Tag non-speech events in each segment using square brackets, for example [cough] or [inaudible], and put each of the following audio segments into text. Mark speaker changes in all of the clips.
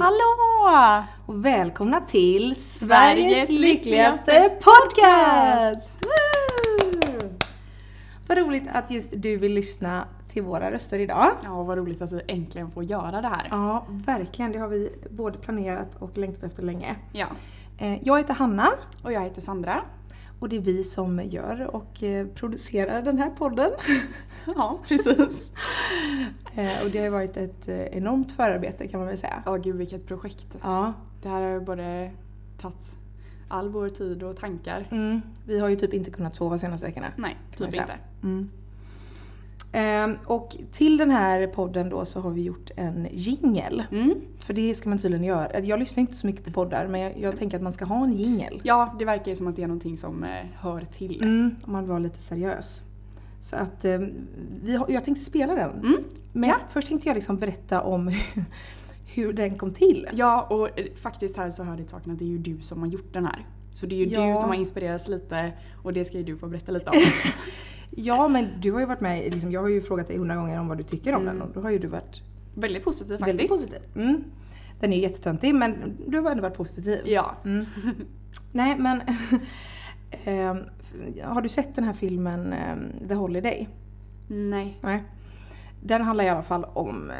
Speaker 1: Hallå!
Speaker 2: Och välkomna till
Speaker 1: Sveriges
Speaker 2: Sveriges
Speaker 1: lyckligaste
Speaker 2: lyckligaste podcast! Woo! Vad roligt att just du vill lyssna till våra röster idag.
Speaker 1: Ja, vad roligt att vi äntligen får göra det här.
Speaker 2: Ja, verkligen. Det har vi både planerat och längtat efter länge.
Speaker 1: Ja.
Speaker 2: Eh, Jag heter Hanna
Speaker 1: Och jag heter Sandra.
Speaker 2: och det är vi som gör och eh, producerar den här [laughs] podden.
Speaker 1: Ja, precis.
Speaker 2: Eh, Och det har ju varit ett eh, enormt förarbete kan man väl säga.
Speaker 1: Ja, gud vilket projekt.
Speaker 2: Ja,
Speaker 1: Det här har ju både tagit all vår tid och tankar.
Speaker 2: mm. vi har ju typ inte kunnat sova senaste veckorna.
Speaker 1: Nej,
Speaker 2: man
Speaker 1: typ
Speaker 2: säga.
Speaker 1: inte.
Speaker 2: Mm. Ehm, och till den här podden då så har vi gjort en jingel.
Speaker 1: Mm.
Speaker 2: För det ska man tydligen göra. Jag lyssnar inte så mycket på poddar men jag, jag tänker att man ska ha en jingel.
Speaker 1: Ja, det verkar ju som att det är någonting som eh, hör till.
Speaker 2: Mm, om man vill vara lite seriös. Så att ehm, vi har, jag tänkte spela den.
Speaker 1: Mm.
Speaker 2: Men
Speaker 1: Ja.
Speaker 2: först tänkte jag liksom berätta om [laughs] hur den kom till.
Speaker 1: Ja, och eh, faktiskt här så hör det till saken att det är ju du som har gjort den här. Så det är ju du
Speaker 2: Ja.
Speaker 1: som har inspirerats lite och det ska ju du få berätta lite om.
Speaker 2: Ja men du har ju varit med, i- liksom, jag har ju frågat dig hundra gånger om vad du tycker om
Speaker 1: Mm.
Speaker 2: den och då har ju du varit
Speaker 1: [laughs] Väldigt positivt faktiskt.
Speaker 2: väldigt positiv. Mm. Den är ju jättetöntig men du har ändå varit positiv.
Speaker 1: Ja.
Speaker 2: Mm. Nej men [laughs] ehm, Har du sett den här filmen ehm, The Holiday?
Speaker 1: [laughs] Nej.
Speaker 2: Nej. Den handlar i alla fall om eh,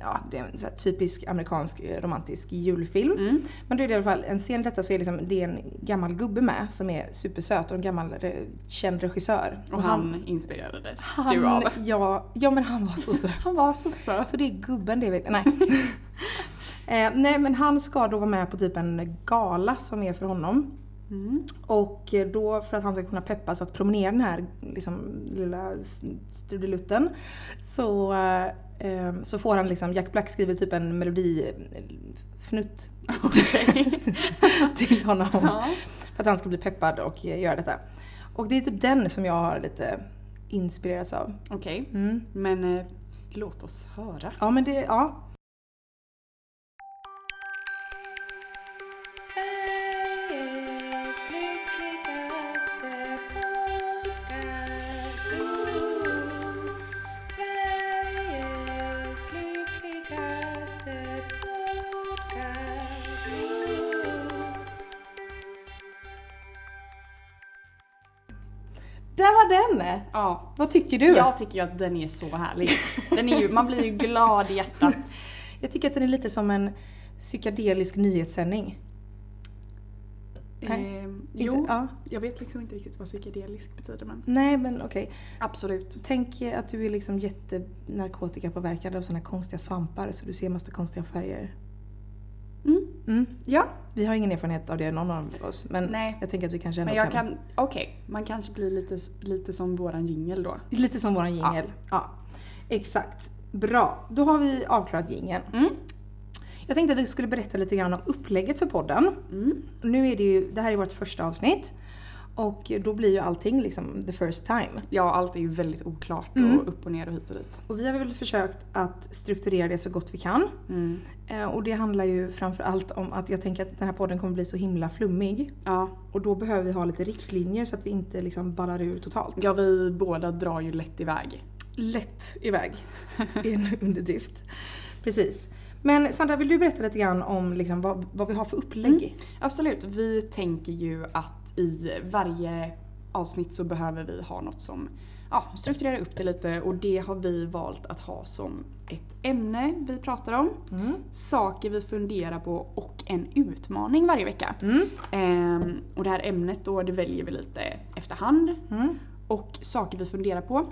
Speaker 2: Ja, det är en så här typisk amerikansk eh, romantisk julfilm.
Speaker 1: Mm.
Speaker 2: Men då är det i alla fall en scen i detta så är det, liksom, det är en gammal gubbe med som är supersöt och en gammal re, känd regissör.
Speaker 1: Och han inspirerades du av.
Speaker 2: han ja, ja men han var så söt.
Speaker 1: [laughs] Han var så söt.
Speaker 2: Så det är gubben det är vi,
Speaker 1: [laughs]
Speaker 2: nej. [laughs] eh, nej men han ska då vara med på typ en gala som är för honom.
Speaker 1: Mm.
Speaker 2: Och då för att han ska kunna peppas att promenera den här liksom, lilla s- strudelutten så, eh, så får han liksom, Jack Black skriver typ en melodifnutt
Speaker 1: Okej.
Speaker 2: [laughs] till honom.
Speaker 1: ja.
Speaker 2: För att han ska bli peppad och eh, göra detta. Och det är typ den som jag har lite inspirerats av.
Speaker 1: Okej.
Speaker 2: Mm.
Speaker 1: Men eh, låt oss höra.
Speaker 2: Ja men det, ja.
Speaker 3: Sveriges lyckligaste podcast. Ooh. Sveriges lyckligaste podcast. Ooh.
Speaker 2: Där var den!
Speaker 1: Ja.
Speaker 2: Vad tycker du?
Speaker 1: Jag tycker ju att den är så härlig. Den är ju, man blir ju glad i [laughs] hjärtat.
Speaker 2: [laughs] Jag tycker att den är lite som en psykedelisk nyhetssändning. Nej,
Speaker 1: Ehm,
Speaker 2: Inte-
Speaker 1: jo,
Speaker 2: Ja.
Speaker 1: jag vet liksom inte riktigt vad psykedelisk betyder men
Speaker 2: Nej men okej.
Speaker 1: absolut.
Speaker 2: Tänk eh, att du är liksom jättenarkotikapåverkad av såna konstiga svampar så du ser massa konstiga färger.
Speaker 1: Mm.
Speaker 2: Mm.
Speaker 1: Ja,
Speaker 2: Vi har ingen erfarenhet av det någon av oss men
Speaker 1: Nej.
Speaker 2: jag tänker att vi kanske ändå
Speaker 1: men jag kan, okej, man kanske blir lite, lite som våran jingel då.
Speaker 2: Lite som våran jingel. Ja. Exakt. Bra, då har vi avklarat jingeln.
Speaker 1: Mm.
Speaker 2: Jag tänkte att vi skulle berätta lite grann om upplägget för podden.
Speaker 1: Mm.
Speaker 2: Nu är det ju, det här är vårt första avsnitt. Och då blir ju allting liksom the first time.
Speaker 1: Ja, allt är ju väldigt oklart
Speaker 2: Mm.
Speaker 1: och upp och ner och hit och dit.
Speaker 2: Och vi har väl försökt att strukturera det så gott vi kan.
Speaker 1: Mm.
Speaker 2: Eh, Och det handlar ju framförallt om att jag tänker att den här podden kommer bli så himla flummig.
Speaker 1: Ja.
Speaker 2: Och då behöver vi ha lite riktlinjer så att vi inte liksom ballar ur totalt.
Speaker 1: ja, vi båda drar ju lätt iväg.
Speaker 2: Lätt iväg. Det är en [laughs] underdrift. Precis. Men Sandra, vill du berätta lite grann om liksom vad, vad vi har för upplägg?
Speaker 1: Absolut, vi tänker ju att i varje avsnitt så behöver vi ha något som ja, strukturerar upp det lite och det har vi valt att ha som ett ämne vi pratar om,
Speaker 2: Mm.
Speaker 1: saker vi funderar på och en utmaning varje vecka.
Speaker 2: Mm.
Speaker 1: Ehm, och det här ämnet då, det väljer vi lite efterhand
Speaker 2: Mm.
Speaker 1: och saker vi funderar på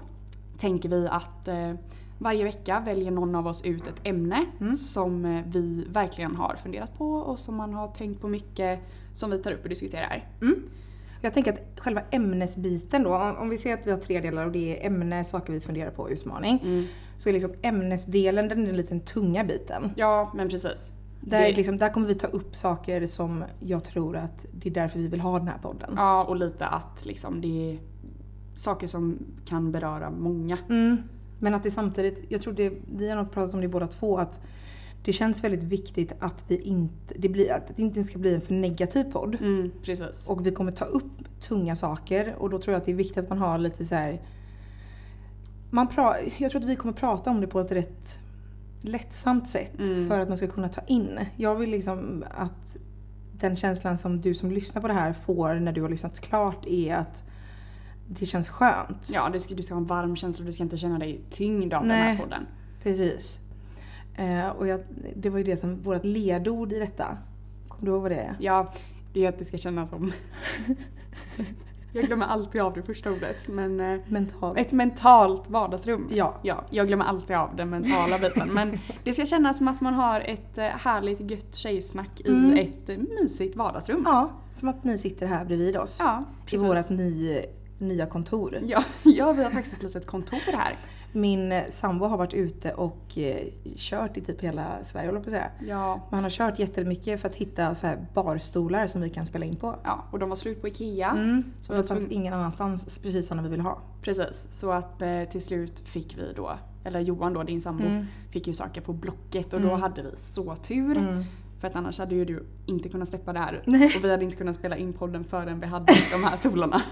Speaker 1: tänker vi att eh, varje vecka väljer någon av oss ut ett ämne
Speaker 2: Mm.
Speaker 1: som eh, vi verkligen har funderat på och som man har tänkt på mycket som vi tar upp och diskuterar.
Speaker 2: Mm. Jag tänker att själva ämnesbiten då, om om vi ser att vi har tre delar och det är ämne, saker vi funderar på och utmaning.
Speaker 1: Mm.
Speaker 2: Så är liksom ämnesdelen den är lite den tunga biten.
Speaker 1: Ja, men precis.
Speaker 2: Där,
Speaker 1: Det-
Speaker 2: är liksom, där kommer vi ta upp saker som jag tror att det är därför vi vill ha den här podden.
Speaker 1: Ja, och lite att liksom det är saker som kan beröra många.
Speaker 2: Mm. Men att det samtidigt, jag tror det, vi har nog pratat om det båda två, att det känns väldigt viktigt att, vi inte, det blir, att det inte ska bli en för negativ podd.
Speaker 1: Mm, precis.
Speaker 2: Och vi kommer ta upp tunga saker och då tror jag att det är viktigt att man har lite så här. Man pra, jag tror att vi kommer prata om det på ett rätt lättsamt sätt
Speaker 1: Mm.
Speaker 2: för att man ska kunna ta in. Jag vill liksom att den känslan som du som lyssnar på det här får när du har lyssnat klart är att det känns skönt.
Speaker 1: Ja, du ska, du ska ha en varm känsla och du ska inte känna dig tyngd av den
Speaker 2: Nej.
Speaker 1: här podden.
Speaker 2: Precis. Eh, och jag, det var ju det som vårt ledord i detta. Kommer du ihåg vad det är?
Speaker 1: Ja, det är att det ska
Speaker 2: [laughs]
Speaker 1: kännas som... jag glömmer alltid av det första ordet, men... eh,
Speaker 2: Mentalt.
Speaker 1: Ett mentalt vardagsrum.
Speaker 2: Ja.
Speaker 1: Ja, jag glömmer alltid av den mentala biten.
Speaker 2: [laughs]
Speaker 1: Men det ska kännas som att man har ett eh, härligt gött tjejsnack
Speaker 2: Mm.
Speaker 1: i ett eh, mysigt vardagsrum.
Speaker 2: Ja, som att ni sitter här bredvid oss.
Speaker 1: Ja,
Speaker 2: I
Speaker 1: precis.
Speaker 2: vårt ny, nya kontor.
Speaker 1: Ja, [laughs] ja, vi har faktiskt ett litet kontor här.
Speaker 2: Min eh, sambo har varit ute och eh, kört i typ hela Sverige håller jag på att säga.
Speaker 1: Ja.
Speaker 2: Man har kört jättemycket för att hitta så här barstolar som vi kan spela in på.
Speaker 1: ja, och de var slut på IKEA.
Speaker 2: Mm.
Speaker 1: Så
Speaker 2: Och de
Speaker 1: vi var
Speaker 2: fanns
Speaker 1: tvungna,
Speaker 2: ingen annanstans, precis som vi ville ha.
Speaker 1: precis, så att eh, till slut fick vi då, eller Johan då, din sambo,
Speaker 2: Mm.
Speaker 1: fick ju saker på Blocket och då
Speaker 2: Mm.
Speaker 1: hade vi så tur.
Speaker 2: Mm.
Speaker 1: För att annars hade ju du inte kunnat släppa det här.
Speaker 2: Nej.
Speaker 1: Och vi hade inte kunnat spela in podden förrän vi hade de
Speaker 2: [laughs]
Speaker 1: här stolarna.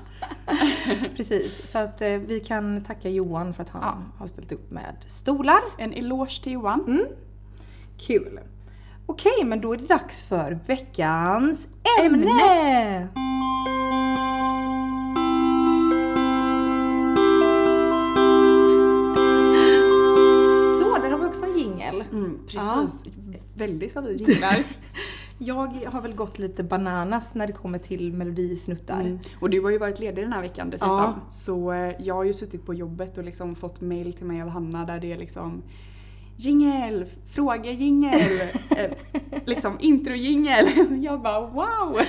Speaker 2: Precis, så att eh, vi kan tacka Johan för att han
Speaker 1: Ja.
Speaker 2: har ställt upp med stolar.
Speaker 1: En eloge till Johan.
Speaker 2: Mm. Kul. Okej, men då är det dags för veckans ämne! Så, där har vi också en jingel.
Speaker 1: Mm, precis.
Speaker 2: [laughs]
Speaker 1: Väldigt vad vi gillar.
Speaker 2: Jag har väl gått lite bananas när det kommer till melodisnuttar.
Speaker 1: Mm. Och du har ju varit ledig den här veckan dessutom.
Speaker 2: Ja.
Speaker 1: Så eh, jag har ju suttit på jobbet och liksom fått mail till mig av Hanna där det är liksom Jingel,
Speaker 2: [laughs]
Speaker 1: frågejingel, eh, liksom introjingel. [laughs] Jag bara wow!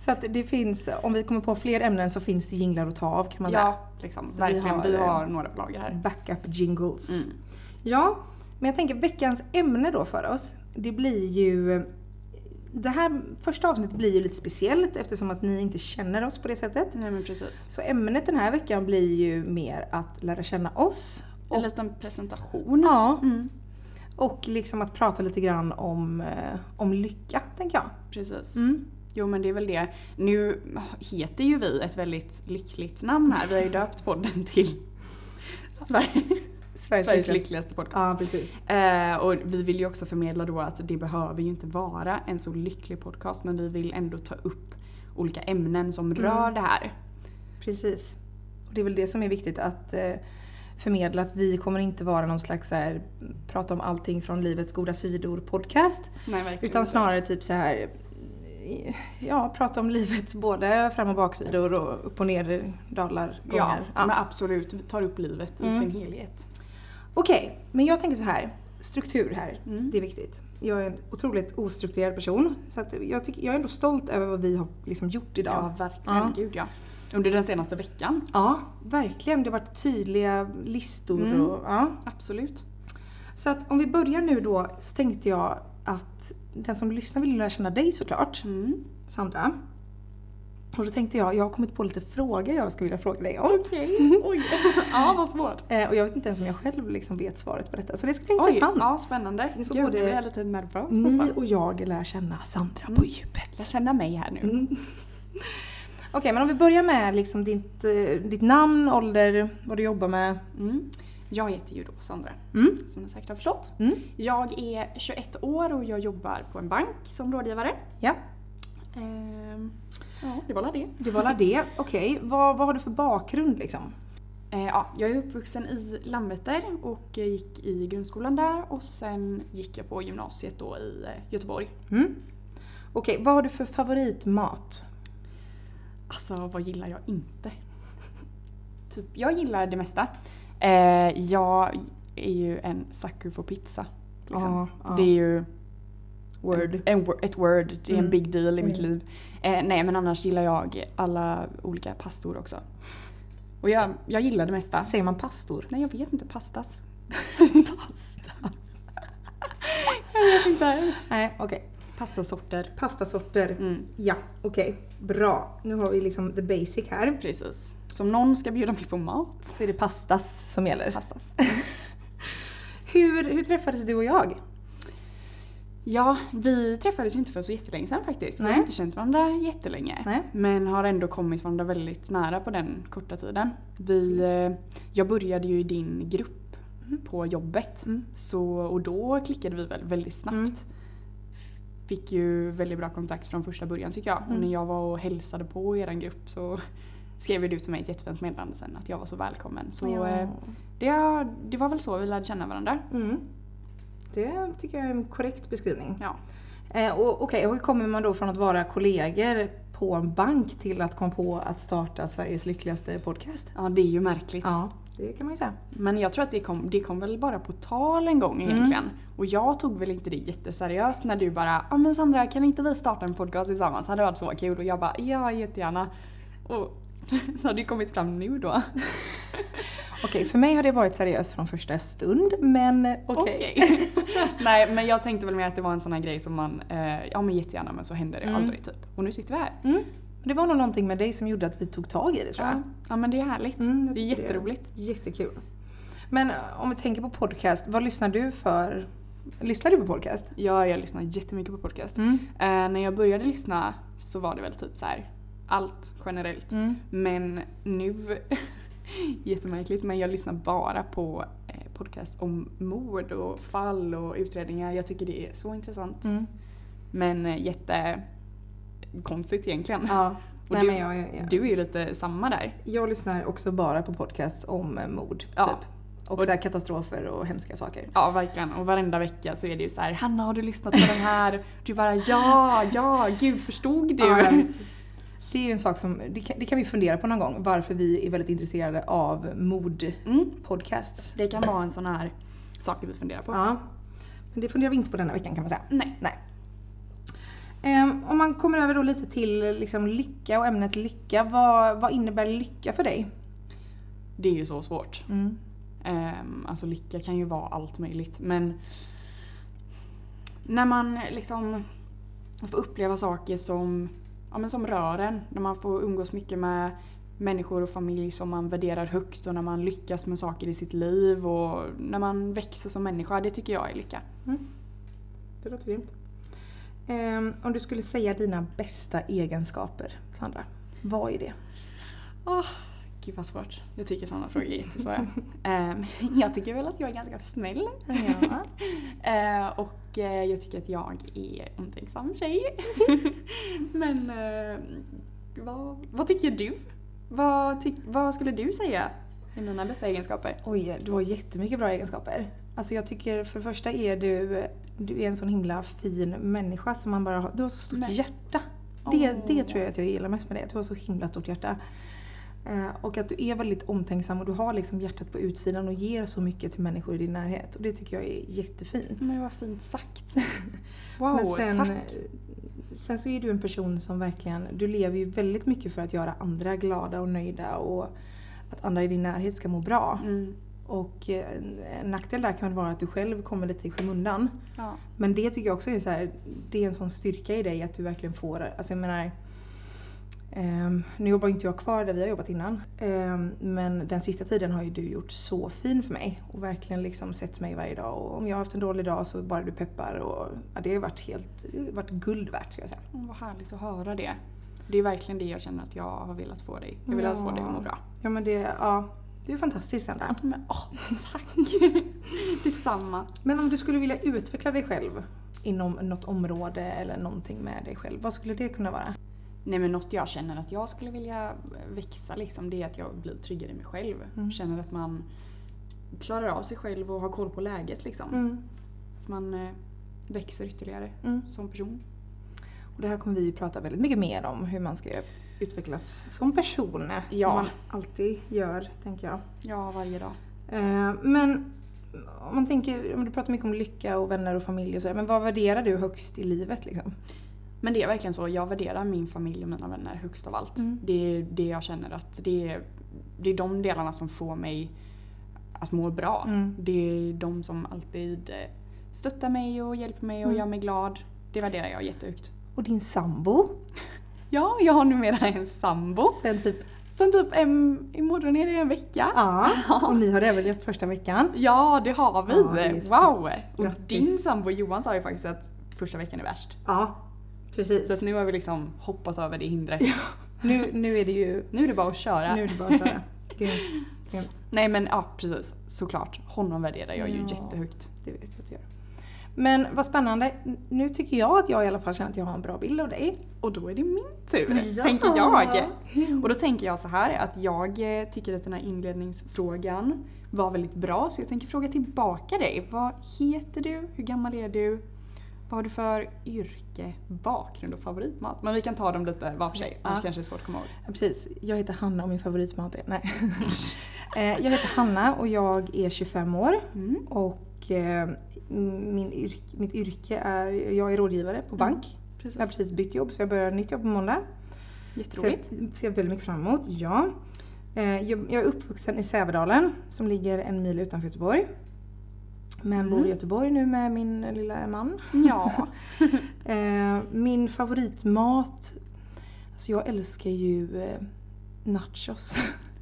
Speaker 2: Så att det finns, om vi kommer på fler ämnen så finns det jinglar att ta av kan man säga.
Speaker 1: Ja, liksom,
Speaker 2: Så vi
Speaker 1: verkligen.
Speaker 2: har,
Speaker 1: Vi har,
Speaker 2: eh,
Speaker 1: några på lager här.
Speaker 2: Backup jingles.
Speaker 1: Mm.
Speaker 2: Ja, men jag tänker veckans ämne då för oss. Det blir ju... Det här första avsnittet blir ju lite speciellt eftersom att ni inte känner oss på det sättet.
Speaker 1: Nej men precis.
Speaker 2: Så ämnet den här veckan blir ju mer att lära känna oss.
Speaker 1: En
Speaker 2: Och,
Speaker 1: liten presentation.
Speaker 2: ja,
Speaker 1: Mm,
Speaker 2: och liksom att prata lite grann om, eh, om lycka, tänker jag.
Speaker 1: precis.
Speaker 2: Mm.
Speaker 1: Jo men det är väl det. Nu heter ju vi ett väldigt lyckligt namn här. Vi har ju döpt podden till Sverige,
Speaker 2: Sveriges,
Speaker 1: [laughs] Sveriges
Speaker 2: lyckligaste-
Speaker 1: lyckligaste podcast.
Speaker 2: Ja, precis.
Speaker 1: Eh, och vi vill ju också förmedla då att det behöver ju inte vara en så lycklig podcast men vi vill ändå ta upp olika ämnen som rör det här.
Speaker 2: Precis. Och det är väl det som är viktigt att eh, förmedla att vi kommer inte vara någon slags så här, prata om allting från livets goda sidor podcast.
Speaker 1: Nej, verkligen
Speaker 2: Utan
Speaker 1: inte.
Speaker 2: snarare typ så här eh, ja, prata om livets både fram och baksidor och upp och ner dalar,
Speaker 1: Ja,
Speaker 2: gånger.
Speaker 1: men absolut. Vi tar upp livet i
Speaker 2: Mm.
Speaker 1: sin helhet.
Speaker 2: Okej, men jag tänker så här. Struktur här,
Speaker 1: Mm.
Speaker 2: det är viktigt. Jag är en otroligt ostrukturerad person. Så att jag, tycker, jag är ändå stolt över vad vi har liksom gjort idag.
Speaker 1: Ja, verkligen.
Speaker 2: Ja.
Speaker 1: Gud ja. Under den senaste veckan.
Speaker 2: Ja, verkligen. Det har varit tydliga listor.
Speaker 1: Mm.
Speaker 2: Och, ja.
Speaker 1: Absolut.
Speaker 2: Så att om vi börjar nu då så tänkte jag att den som lyssnar vill lära känna dig såklart,
Speaker 1: Mm.
Speaker 2: Sandra. Och då tänkte jag, jag har kommit på lite frågor jag skulle vilja fråga dig om.
Speaker 1: Okej. [laughs] Oj. ja, vad svårt.
Speaker 2: Eh, och jag vet inte ens om jag själv liksom vet svaret på detta. Så det ska bli
Speaker 1: Oj,
Speaker 2: intressant.
Speaker 1: ja spännande.
Speaker 2: Så vi får
Speaker 1: Gud,
Speaker 2: både-
Speaker 1: nu är jag lite nervös
Speaker 2: Ni
Speaker 1: nästan.
Speaker 2: och jag lär känna Sandra
Speaker 1: Mm.
Speaker 2: på djupet.
Speaker 1: Jag känner mig här nu.
Speaker 2: Mm. [laughs] Okej, men om vi börjar med liksom ditt, eh, ditt namn, ålder, vad du jobbar med.
Speaker 1: Mm. Jag heter ju då Sandra,
Speaker 2: Mm.
Speaker 1: som ni säkert har förstått.
Speaker 2: Mm.
Speaker 1: Jag är 21 år och jag jobbar på en bank som rådgivare.
Speaker 2: Ja,
Speaker 1: Ehm, ja, det var väl det.
Speaker 2: det var alla det. Okej, vad, vad har du för bakgrund liksom?
Speaker 1: Eh, ja, jag är uppvuxen i Landvetter och eh, gick i grundskolan där och sen gick jag på gymnasiet då i eh, Göteborg.
Speaker 2: Mm. Okej, vad har du för favoritmat?
Speaker 1: Alltså vad gillar jag inte? [laughs] Typ, jag gillar det mesta. Eh, jag är ju en sucker för pizza. Liksom. Det är ju
Speaker 2: Word.
Speaker 1: En, wor- ett word, det är
Speaker 2: Mm.
Speaker 1: en big deal i mitt
Speaker 2: Mm.
Speaker 1: liv. Eh, nej men annars gillar jag alla olika pastor också. Och jag, jag gillar det mesta.
Speaker 2: Säger man pastor?
Speaker 1: Nej jag vet inte, pastas. [laughs] Pasta. jag vet inte.
Speaker 2: Nej, okej.
Speaker 1: Pastasorter.
Speaker 2: Pastasorter.
Speaker 1: Mm,
Speaker 2: Ja, okej. Bra. Nu har vi liksom the basic här.
Speaker 1: precis. Så om någon ska bjuda mig på mat,
Speaker 2: Så är det pastas [laughs] som gäller.
Speaker 1: pastas.
Speaker 2: Hur, hur träffades du och jag?
Speaker 1: Ja, vi träffades ju inte för så jättelänge sedan faktiskt. Vi
Speaker 2: Nej.
Speaker 1: har inte känt varandra jättelänge.
Speaker 2: Nej.
Speaker 1: Men har ändå kommit varandra väldigt nära på den korta tiden. Vi, eh, jag började ju i din grupp
Speaker 2: Mm.
Speaker 1: på jobbet.
Speaker 2: Mm.
Speaker 1: Så, och då klickade vi väl väldigt snabbt.
Speaker 2: Mm.
Speaker 1: Fick ju väldigt bra kontakt från första början tycker jag. Och
Speaker 2: Mm.
Speaker 1: när jag var och hälsade på er grupp så skrev du till mig ett jättefint meddelande sen att jag var så välkommen. Så eh, det, det var väl så vi lärde känna varandra.
Speaker 2: Mm. Det tycker jag är en korrekt beskrivning.
Speaker 1: Ja.
Speaker 2: Eh, och, okej, och hur kommer man då från att vara kollegor på en bank till att komma på att starta Sveriges lyckligaste podcast?
Speaker 1: Ja, det är ju märkligt.
Speaker 2: Ja, det kan man ju säga.
Speaker 1: Men jag tror att det kom, det kom väl bara på tal en gång
Speaker 2: Mm.
Speaker 1: egentligen. Och jag tog väl inte det jätteseriöst när du bara ah, men Sandra kan inte vi starta en podcast tillsammans? Hade varit så kul. Och jag bara ja jättegärna. Och [laughs] så har det ju kommit fram nu då.
Speaker 2: Okej, för mig har det varit seriöst från första stund, men okej.
Speaker 1: [laughs] Okej. [laughs] Nej men jag tänkte väl mer att det var en sån här grej som man eh, ja men jättegärna men så händer det
Speaker 2: Mm.
Speaker 1: aldrig typ. Och nu sitter vi här.
Speaker 2: Mm. Det var nog någonting med dig som gjorde att vi tog tag i det tror jag.
Speaker 1: Ja, ja men det är härligt.
Speaker 2: Mm, jag
Speaker 1: det är
Speaker 2: tycker det.
Speaker 1: jätteroligt.
Speaker 2: Jättekul. Men eh, om vi tänker på podcast, vad lyssnar du för? Lyssnar du på podcast?
Speaker 1: Ja, jag lyssnar jättemycket på podcast.
Speaker 2: Mm.
Speaker 1: Eh, när jag började lyssna så var det väl typ så här allt generellt.
Speaker 2: Mm,
Speaker 1: Men nu, [laughs] jättemärkligt, men jag lyssnar bara på eh, podcast om mord och fall och utredningar. Jag tycker det är så intressant. [laughs]
Speaker 2: Mm.
Speaker 1: Men eh, jättekonstigt egentligen.
Speaker 2: Ja.
Speaker 1: Och
Speaker 2: Nej,
Speaker 1: du-
Speaker 2: men jag, jag, jag.
Speaker 1: Du är ju lite samma där.
Speaker 2: jag lyssnar också bara på podcasts om eh, mord.
Speaker 1: Ja.
Speaker 2: Typ. Och,
Speaker 1: Och-
Speaker 2: så här katastrofer och hemska saker.
Speaker 1: Ja, verkligen. Och varenda vecka så är det ju så här, Hanna har du lyssnat på den här? Du bara ja, ja, gud förstod du?
Speaker 2: Ja, visst. [laughs] det är ju en sak som, det kan, det kan vi fundera på någon gång, varför vi är väldigt intresserade av
Speaker 1: mm.
Speaker 2: mordpodcasts.
Speaker 1: Det kan vara en sån här sak vi funderar på.
Speaker 2: Ja. Men det funderar vi inte på denna veckan kan man säga.
Speaker 1: Nej.
Speaker 2: Ehm, om man kommer över då lite till liksom lycka och ämnet lycka, vad, vad innebär lycka för dig?
Speaker 1: Det är ju så svårt.
Speaker 2: Mm,
Speaker 1: Ehm, alltså lycka kan ju vara allt möjligt men när man liksom får uppleva saker som, ja, men som rör en, när man får umgås mycket med människor och familj som man värderar högt och när man lyckas med saker i sitt liv och när man växer som människa, det tycker jag är lycka.
Speaker 2: Det låter grymt. Ehm, om du skulle säga dina bästa egenskaper, Sandra, vad är det?
Speaker 1: Oh, gud vad svårt. Jag tycker sådana frågor är jättesvåra. Ehm, jag tycker väl att jag är ganska snäll
Speaker 2: Ja.
Speaker 1: Eh, och eh, jag tycker att jag är omtänksam tjej. [laughs] Men eh, vad, vad tycker du? Vad, tyck, vad skulle du säga är mina bästa egenskaper?
Speaker 2: [laughs] Oj, du har jättemycket bra egenskaper. Alltså jag tycker för det första är du, du är en sån himla fin människa som man bara har, du har så stort
Speaker 1: Men-
Speaker 2: hjärta. Det, det
Speaker 1: Åh.
Speaker 2: tror jag att jag gillar mest med dig, att du har så himla stort hjärta. Eh, och att du är väldigt omtänksam och du har liksom hjärtat på utsidan och ger så mycket till människor i din närhet. Och det tycker jag är jättefint.
Speaker 1: Men vad
Speaker 2: [laughs]
Speaker 1: fint sagt. Mm. eh, Wow,
Speaker 2: sen, eh,
Speaker 1: tack.
Speaker 2: sen så är du en person som verkligen, du lever ju väldigt mycket för att göra andra glada och nöjda och att andra i din närhet ska må bra.
Speaker 1: Mm,
Speaker 2: Och eh, en- en nackdel där kan väl vara att du själv kommer lite i skymundan.
Speaker 1: ja.
Speaker 2: Men det tycker jag också är så här, det är en sån styrka i dig att du verkligen får, alltså jag menar ehm, nu jobbar ju inte jag kvar där vi har jobbat innan. ehm, men den sista tiden har ju du gjort så fin för mig. Och verkligen liksom sett mig varje dag. Och om jag har haft en dålig dag så bara du peppar. Och, ja, det har varit helt, det har varit guld värt ska jag säga.
Speaker 1: Åh, Vad härligt att höra det. Det är verkligen det jag känner att jag har velat få dig. Jag vill att få dig att må bra.
Speaker 2: Ja men det, ja. Du är fantastisk Sandra.
Speaker 1: Men, åh, tack.
Speaker 2: [laughs]
Speaker 1: Detsamma.
Speaker 2: Men om du skulle vilja utveckla dig själv inom något område eller någonting med dig själv, vad skulle det kunna vara?
Speaker 1: Nej men något jag känner att jag skulle vilja växa liksom, det är att jag blir tryggare i mig själv.
Speaker 2: Mm.
Speaker 1: Känner att man klarar av sig själv och har koll på läget liksom. Att man eh, växer ytterligare
Speaker 2: Mm.
Speaker 1: som person.
Speaker 2: Och det här kommer vi ju prata väldigt mycket mer om, hur man ska utvecklas som person.
Speaker 1: Ja.
Speaker 2: Som man alltid gör, tänker jag.
Speaker 1: Ja, varje dag.
Speaker 2: Eh, Men om man tänker, om du pratar mycket om lycka och vänner och familj och sådär, men vad värderar du högst i livet liksom?
Speaker 1: Men det är verkligen så, jag värderar min familj och mina vänner högst av allt.
Speaker 2: Mm.
Speaker 1: Det är det jag känner att det är, det är de delarna som får mig att må bra.
Speaker 2: Mm.
Speaker 1: Det är de som alltid eh, stöttar mig och hjälper mig och
Speaker 2: Mm.
Speaker 1: gör mig glad. Det värderar jag jättehögt.
Speaker 2: Och din sambo?
Speaker 1: Ja, jag har numera en sambo.
Speaker 2: Sen typ,
Speaker 1: Sen typ en, imorgon är det en vecka.
Speaker 2: ja. Och ni har överlevt första veckan.
Speaker 1: Ja, det har vi!
Speaker 2: Ja, det är stort.
Speaker 1: wow! Och
Speaker 2: Grattis.
Speaker 1: din sambo Johan sa ju faktiskt att första veckan är värst.
Speaker 2: Ja, precis.
Speaker 1: Så att nu har vi liksom hoppat över det hindret.
Speaker 2: Nu, nu är det ju
Speaker 1: Nu är det bara att köra.
Speaker 2: Nu är det bara att köra. [laughs] Grymt. Grymt.
Speaker 1: [laughs] Nej men ja precis, såklart. Honom värderar jag ju
Speaker 2: Ja.
Speaker 1: jättehögt.
Speaker 2: Det vet jag att du gör. Men vad spännande. Nu tycker jag att jag i alla fall känner att jag har en bra bild av dig.
Speaker 1: Och då är det min tur,
Speaker 2: Ja.
Speaker 1: tänker jag. Och då tänker jag så här att jag eh, tycker att den här inledningsfrågan var väldigt bra så jag tänker fråga tillbaka dig. Vad heter du? Hur gammal är du? Vad har du för yrke, bakgrund och favoritmat? Men vi kan ta dem lite var för sig, annars
Speaker 2: Ja.
Speaker 1: kanske det är svårt att komma ihåg.
Speaker 2: Ja, Precis, jag heter Hanna och min favoritmat är...
Speaker 1: [laughs]
Speaker 2: Nej. Eh, jag heter Hanna och jag är 25 år.
Speaker 1: Mm.
Speaker 2: Och eh, min yrk, mitt yrke är... Jag är rådgivare på bank.
Speaker 1: Mm, Precis.
Speaker 2: Jag har precis bytt jobb så jag börjar nytt jobb på måndag. Så jag
Speaker 1: Jätteroligt.
Speaker 2: ser väldigt mycket fram emot, ja. Eh, Jag jag är uppvuxen i Sävedalen som ligger en mil utanför Göteborg. Men bor
Speaker 1: Mm.
Speaker 2: i Göteborg nu med min lilla man.
Speaker 1: [laughs] Ja.
Speaker 2: Eh, Min favoritmat, alltså jag älskar ju eh, nachos.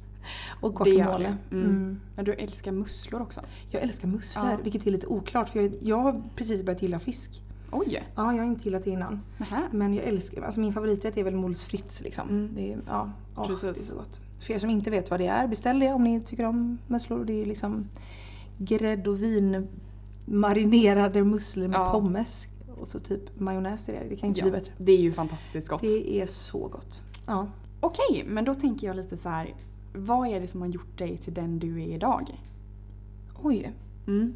Speaker 2: [laughs] Och
Speaker 1: Det gör
Speaker 2: guacamole.
Speaker 1: du. Mm. Men du älskar musslor också.
Speaker 2: Jag älskar musslor,
Speaker 1: Ja.
Speaker 2: vilket är lite oklart för jag, jag har precis börjat gilla fisk.
Speaker 1: Oj!
Speaker 2: Ja, jag har inte gillat det innan.
Speaker 1: Nähä.
Speaker 2: Men jag älskar, alltså min favoriträtt är väl moules frites liksom.
Speaker 1: Mm.
Speaker 2: Det, är, ja, åh, det
Speaker 1: Precis.
Speaker 2: är så gott. För er som inte vet vad det är, beställ det om ni tycker om musslor. Det är liksom grädde och vin marinerade musslor med
Speaker 1: Ja.
Speaker 2: pommes. Och så typ majonnäs till det. Det kan inte
Speaker 1: Ja,
Speaker 2: bli bättre.
Speaker 1: det är ju fantastiskt gott.
Speaker 2: Det är så gott. Ja.
Speaker 1: Okej, men då tänker jag lite så här. Vad är det som har gjort dig till den du är idag?
Speaker 2: Oj,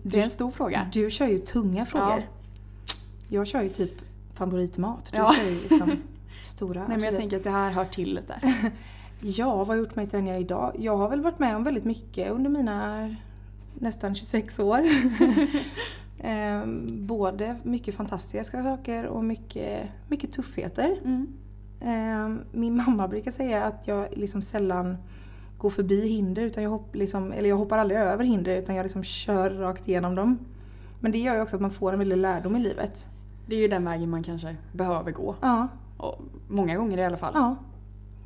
Speaker 1: Det är en stor fråga.
Speaker 2: du kör ju tunga frågor.
Speaker 1: Ja.
Speaker 2: Jag kör ju typ favoritmat. Du
Speaker 1: Ja.
Speaker 2: kör ju
Speaker 1: [laughs]
Speaker 2: liksom stora.
Speaker 1: Nej men jag
Speaker 2: absolut.
Speaker 1: tänker att det här hör till lite.
Speaker 2: [laughs] Ja, vad har gjort mig till den jag är idag? Jag har väl varit med om väldigt mycket under mina nästan 26 år.
Speaker 1: [laughs]
Speaker 2: [laughs] Ehm, Både mycket fantastiska saker och mycket, mycket tuffheter.
Speaker 1: Mm.
Speaker 2: Ehm, Min [laughs] mamma brukar säga att jag liksom sällan går förbi hinder, utan jag, hopp, liksom, eller jag hoppar aldrig över hinder utan jag liksom kör rakt igenom dem. Men det gör ju också att man får en väldig lärdom i livet.
Speaker 1: Det är ju den vägen man kanske behöver gå.
Speaker 2: Ja,
Speaker 1: Och många gånger i alla fall.
Speaker 2: ja.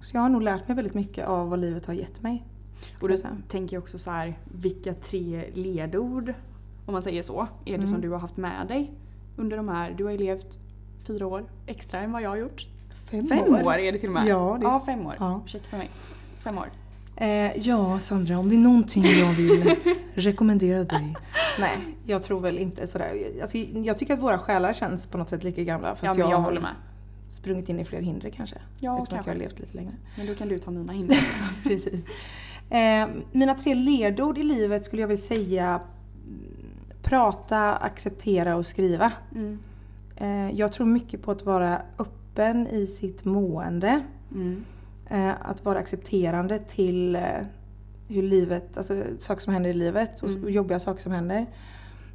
Speaker 2: Så jag har nog lärt mig väldigt mycket av vad livet har gett mig. Alltså,
Speaker 1: Och då
Speaker 2: Precis.
Speaker 1: tänker jag också så här. Vilka tre ledord, om man säger så, är det
Speaker 2: Mm.
Speaker 1: som du har haft med dig under de här? Du har ju levt fyra år extra än vad jag har gjort. Fem år, är det till och med.
Speaker 2: Ja, det-
Speaker 1: ja fem år.
Speaker 2: Ja.
Speaker 1: Ursäkta mig. Fem år.
Speaker 2: Eh, ja, Sandra, om det är någonting jag
Speaker 1: [laughs]
Speaker 2: vill rekommendera dig. Nej, jag tror väl inte sådär. Alltså, jag tycker att våra själar känns på något sätt lika gamla. Fast
Speaker 1: Ja men jag håller med.
Speaker 2: har sprungit in i fler hinder kanske.
Speaker 1: Ja,
Speaker 2: eftersom att
Speaker 1: kanske.
Speaker 2: jag har levt lite längre.
Speaker 1: Men då kan du ta mina [laughs] hinder.
Speaker 2: [laughs] Precis. Eh, mina tre ledord i livet skulle jag vilja säga mm, prata, acceptera och skriva.
Speaker 1: Mm.
Speaker 2: Eh, jag tror mycket på att vara öppen i sitt mående.
Speaker 1: Mm.
Speaker 2: Eh, att vara accepterande till eh, hur livet, alltså saker som händer i livet och, s-
Speaker 1: Mm.
Speaker 2: och jobbiga saker som händer.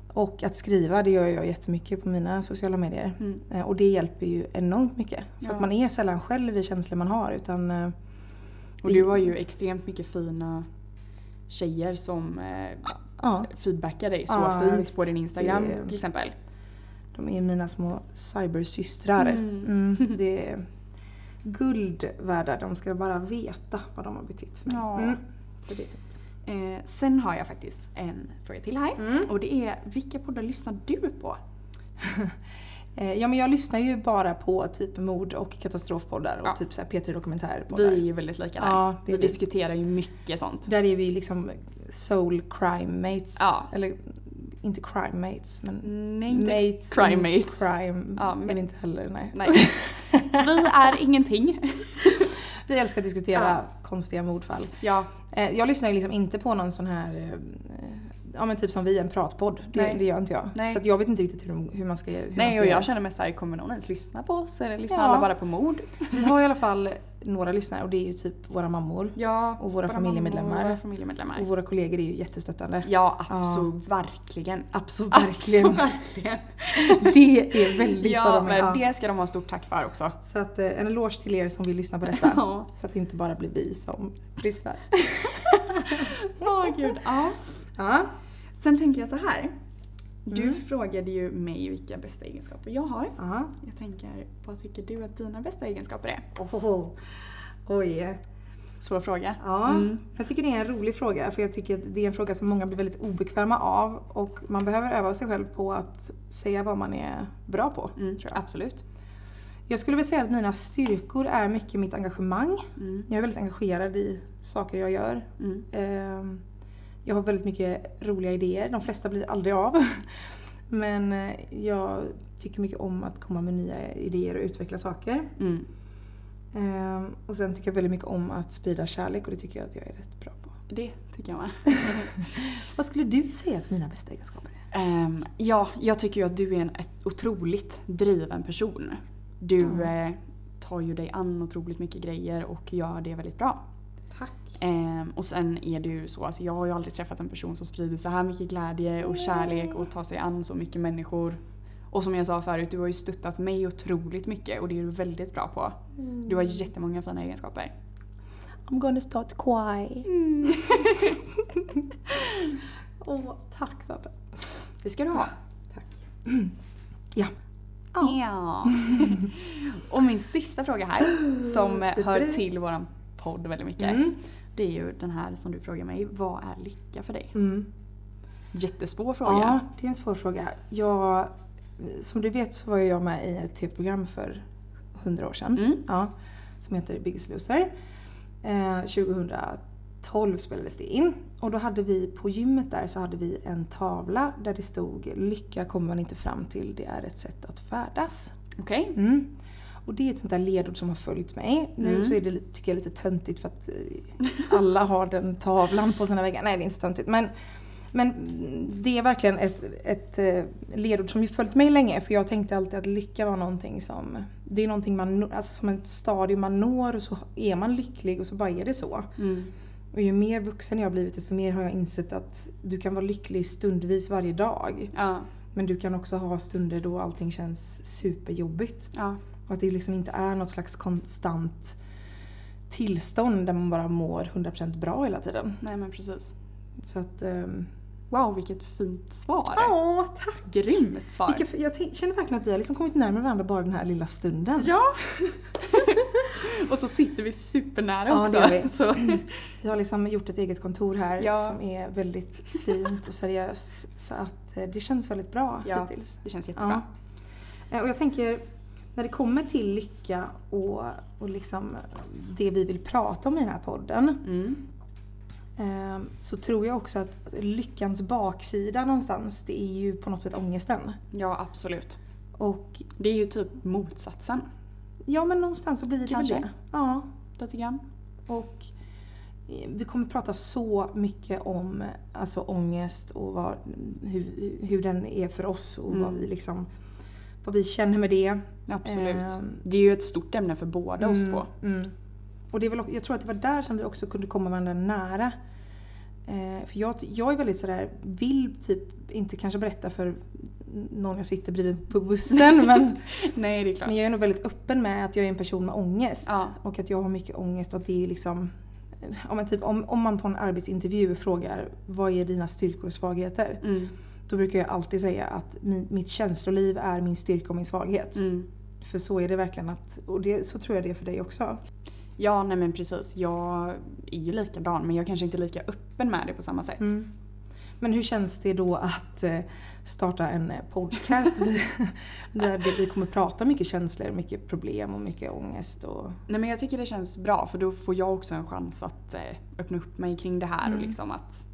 Speaker 2: Och att skriva, det gör jag jättemycket på mina sociala medier.
Speaker 1: Mm.
Speaker 2: Eh, och det hjälper ju enormt mycket. För
Speaker 1: Ja.
Speaker 2: att man är sällan själv i känslor man har utan eh,
Speaker 1: Och du har ju extremt mycket fina tjejer som eh,
Speaker 2: ja,
Speaker 1: feedbackar dig så
Speaker 2: Ja,
Speaker 1: fint
Speaker 2: visst.
Speaker 1: på din Instagram
Speaker 2: Det är-
Speaker 1: till exempel.
Speaker 2: de är mina små cybersystrar.
Speaker 1: Mm. [laughs]
Speaker 2: Mm, det är guld värda, de ska bara veta vad de har betytt för mig.
Speaker 1: Ja.
Speaker 2: Mm. Så det är fint.
Speaker 1: Eh, sen har jag faktiskt en fråga till här.
Speaker 2: Mm. [laughs]
Speaker 1: Och det är, vilka poddar lyssnar du på?
Speaker 2: Eh, Ja men jag lyssnar ju bara på typ mord och katastrofpoddar och
Speaker 1: Ja.
Speaker 2: typ så här P3 Dokumentärpoddar.
Speaker 1: Vi är ju väldigt lika där.
Speaker 2: Ja, det
Speaker 1: vi
Speaker 2: är vi.
Speaker 1: diskuterar ju mycket sånt.
Speaker 2: Där är vi ju liksom soul crime mates.
Speaker 1: Ja.
Speaker 2: Eller inte crime mates men
Speaker 1: Nej, inte
Speaker 2: mates.
Speaker 1: crime
Speaker 2: in
Speaker 1: mates.
Speaker 2: Crime
Speaker 1: Ja,
Speaker 2: är
Speaker 1: men-
Speaker 2: vi inte heller nej. [laughs]
Speaker 1: Nej. [laughs] Vi är ingenting.
Speaker 2: Vi älskar att diskutera konstiga mordfall.
Speaker 1: ja,
Speaker 2: Eh, Jag lyssnar ju liksom inte på någon sån här, eh, ja men typ som vi, en pratpodd. Det,
Speaker 1: Nej.
Speaker 2: det gör inte jag.
Speaker 1: Nej.
Speaker 2: Så att jag vet inte riktigt hur, de, hur man ska hur man
Speaker 1: nej
Speaker 2: ska
Speaker 1: och
Speaker 2: göra.
Speaker 1: jag känner mig såhär, kommer någon ens lyssna på oss? Eller lyssnar
Speaker 2: Ja.
Speaker 1: alla bara på mord?
Speaker 2: Vi har i alla fall några lyssnare och det är ju typ våra mammor.
Speaker 1: Ja,
Speaker 2: Och våra
Speaker 1: bara
Speaker 2: familjemedlemmar.
Speaker 1: mammor, Våra familjemedlemmar.
Speaker 2: Och våra kollegor är ju jättestöttande.
Speaker 1: Ja,
Speaker 2: Ja.
Speaker 1: absolut. Verkligen.
Speaker 2: Absolut,
Speaker 1: Verkligen.
Speaker 2: verkligen. [laughs]
Speaker 1: verkligen.
Speaker 2: Det är väldigt vad
Speaker 1: ja,
Speaker 2: de är.
Speaker 1: men
Speaker 2: Ja.
Speaker 1: det ska de ha stort tack för också.
Speaker 2: Så att, eh, en eloge till er som vill lyssna på detta.
Speaker 1: Ja.
Speaker 2: Så att det inte bara blir vi som lyssnar.
Speaker 1: Åh gud. Ja.
Speaker 2: [laughs] Ja.
Speaker 1: Sen tänker jag så här. Du frågade ju mig vilka bästa egenskaper jag har.
Speaker 2: ja.
Speaker 1: Jag tänker, vad tycker du att dina bästa egenskaper är?
Speaker 2: Oh. Oj.
Speaker 1: Svår fråga.
Speaker 2: Ja.
Speaker 1: Mm.
Speaker 2: Jag tycker det är en rolig fråga för jag tycker att det är en fråga som många blir väldigt obekväma av och man behöver öva sig själv på att säga vad man är bra på.
Speaker 1: Mm,
Speaker 2: Tror jag.
Speaker 1: absolut.
Speaker 2: Jag skulle väl säga att mina styrkor är mycket mitt engagemang.
Speaker 1: Mm.
Speaker 2: Jag är väldigt engagerad i saker jag gör.
Speaker 1: Mm.
Speaker 2: Ehm, Jag har väldigt mycket roliga idéer. De flesta blir aldrig av. [laughs] Men eh, jag tycker mycket om att komma med nya idéer och utveckla saker.
Speaker 1: Mm.
Speaker 2: Ehm, Och sen tycker jag väldigt mycket om att sprida kärlek och det tycker jag att jag är rätt bra på.
Speaker 1: Det tycker jag med.
Speaker 2: Vad skulle du säga att mina bästa egenskaper är?
Speaker 1: Ehm, ja, jag tycker ju att du är en ett otroligt driven person. Du
Speaker 2: Mm.
Speaker 1: eh, tar ju dig an otroligt mycket grejer och gör det väldigt bra.
Speaker 2: Tack.
Speaker 1: Ehm, och sen är det ju så, alltså jag har ju aldrig träffat en person som sprider så här mycket glädje och kärlek och tar sig an så mycket människor. Och som jag sa förut, du har ju stöttat mig otroligt mycket och det är du väldigt bra på. Du har
Speaker 2: Mm.
Speaker 1: jättemånga fina egenskaper.
Speaker 2: I'm gonna start cry. Åh, tack Sandra.
Speaker 1: Det ska du ha.
Speaker 2: Tack.
Speaker 1: Ja. [laughs] och min sista fråga här,
Speaker 2: [gasps]
Speaker 1: som eh, hör till våran podd väldigt mycket.
Speaker 2: Mm.
Speaker 1: Det är ju den här som du frågar mig, vad är lycka för dig?
Speaker 2: Mm.
Speaker 1: Jättesvår fråga.
Speaker 2: Ja, det är en svår fråga. Jag, som du vet så var jag med i ett tv-program för hundra år sedan.
Speaker 1: Mm.
Speaker 2: Ja, som heter Biggest Loser. Eh, 2012 spelades det in. Och då hade vi på gymmet där så hade vi en tavla där det stod Lycka kommer man inte fram till, det är ett sätt att färdas.
Speaker 1: Okej.
Speaker 2: Mm. Och det är ett sånt där ledord som har följt mig. Nu
Speaker 1: Mm.
Speaker 2: så är det, lite- tycker jag lite töntigt för att eh, alla har den tavlan på sina väggar. Nej det är inte töntigt men, men det är verkligen ett, ett eh, ledord som ju följt mig länge för jag tänkte alltid att lycka var någonting som, det är någonting man, nå- alltså som ett stadium man når och så är man lycklig och så bara är det så.
Speaker 1: Mm.
Speaker 2: Och ju mer vuxen jag har blivit desto mer har jag insett att du kan vara lycklig stundvis varje dag.
Speaker 1: Ja.
Speaker 2: Men du kan också ha stunder då allting känns superjobbigt.
Speaker 1: ja.
Speaker 2: Och att det liksom inte är något slags konstant tillstånd där man bara mår 100% bra hela tiden.
Speaker 1: Nej men precis.
Speaker 2: Så att... ehm,
Speaker 1: Wow vilket fint svar.
Speaker 2: Ja, tack!
Speaker 1: Grymt svar.
Speaker 2: Vilka, jag t- känner verkligen att vi har liksom kommit närmare varandra bara den här lilla stunden. [laughs]
Speaker 1: Ja. och så sitter vi supernära
Speaker 2: Ja,
Speaker 1: också.
Speaker 2: det gör vi.
Speaker 1: Så.
Speaker 2: [clears throat] Vi har liksom gjort ett eget kontor här
Speaker 1: Ja.
Speaker 2: som är väldigt fint och seriöst. Så att eh, det känns väldigt bra
Speaker 1: Ja.
Speaker 2: hittills.
Speaker 1: Det känns jättebra.
Speaker 2: Eh, Och jag tänker, när det kommer till lycka och, och liksom det vi vill prata om i den här podden.
Speaker 1: Mm.
Speaker 2: Ehm, så tror jag också att lyckans baksida någonstans, det är ju på något sätt ångesten.
Speaker 1: Ja absolut.
Speaker 2: Och
Speaker 1: Det är ju typ motsatsen.
Speaker 2: ja, men någonstans så blir det
Speaker 1: Kanske.
Speaker 2: väl det. Ja,
Speaker 1: Lite grann.
Speaker 2: och eh, vi kommer prata så mycket om eh, alltså, ångest och vad, hur, hur den är för oss och
Speaker 1: Mm.
Speaker 2: vad, vi liksom, vad vi känner med det.
Speaker 1: Absolut.
Speaker 2: Ehm,
Speaker 1: Det är ju ett stort ämne för båda oss
Speaker 2: Mm,
Speaker 1: två.
Speaker 2: Mm. Och det är väl, också- jag tror att det var där som vi också kunde komma varandra nära. Eh, för jag, ty- jag är väldigt sådär, vill typ inte kanske berätta för någon jag sitter bredvid på bussen
Speaker 1: [laughs]
Speaker 2: men,
Speaker 1: Nej det är klart.
Speaker 2: men jag är nog väldigt öppen med att jag är en person med ångest.
Speaker 1: Ja.
Speaker 2: Och att jag har mycket ångest och att det är liksom om, typ, om, om man på en arbetsintervju frågar vad är dina styrkor och svagheter?
Speaker 1: Mm.
Speaker 2: Då brukar jag alltid säga att min, mitt känsloliv är min styrka och min svaghet.
Speaker 1: Mm.
Speaker 2: För så är det verkligen att, och det, så tror jag det är för dig också.
Speaker 1: Ja nej men precis. Jag är ju likadan men jag kanske inte är lika öppen med det på samma sätt.
Speaker 2: Mm. Men hur känns det då att eh, starta en eh, podcast där det- vi kommer prata mycket känslor, mycket problem och mycket ångest? Och...
Speaker 1: Nej men jag tycker det känns bra för då får jag också en chans att eh, öppna upp mig kring det här
Speaker 2: Mm.
Speaker 1: och liksom att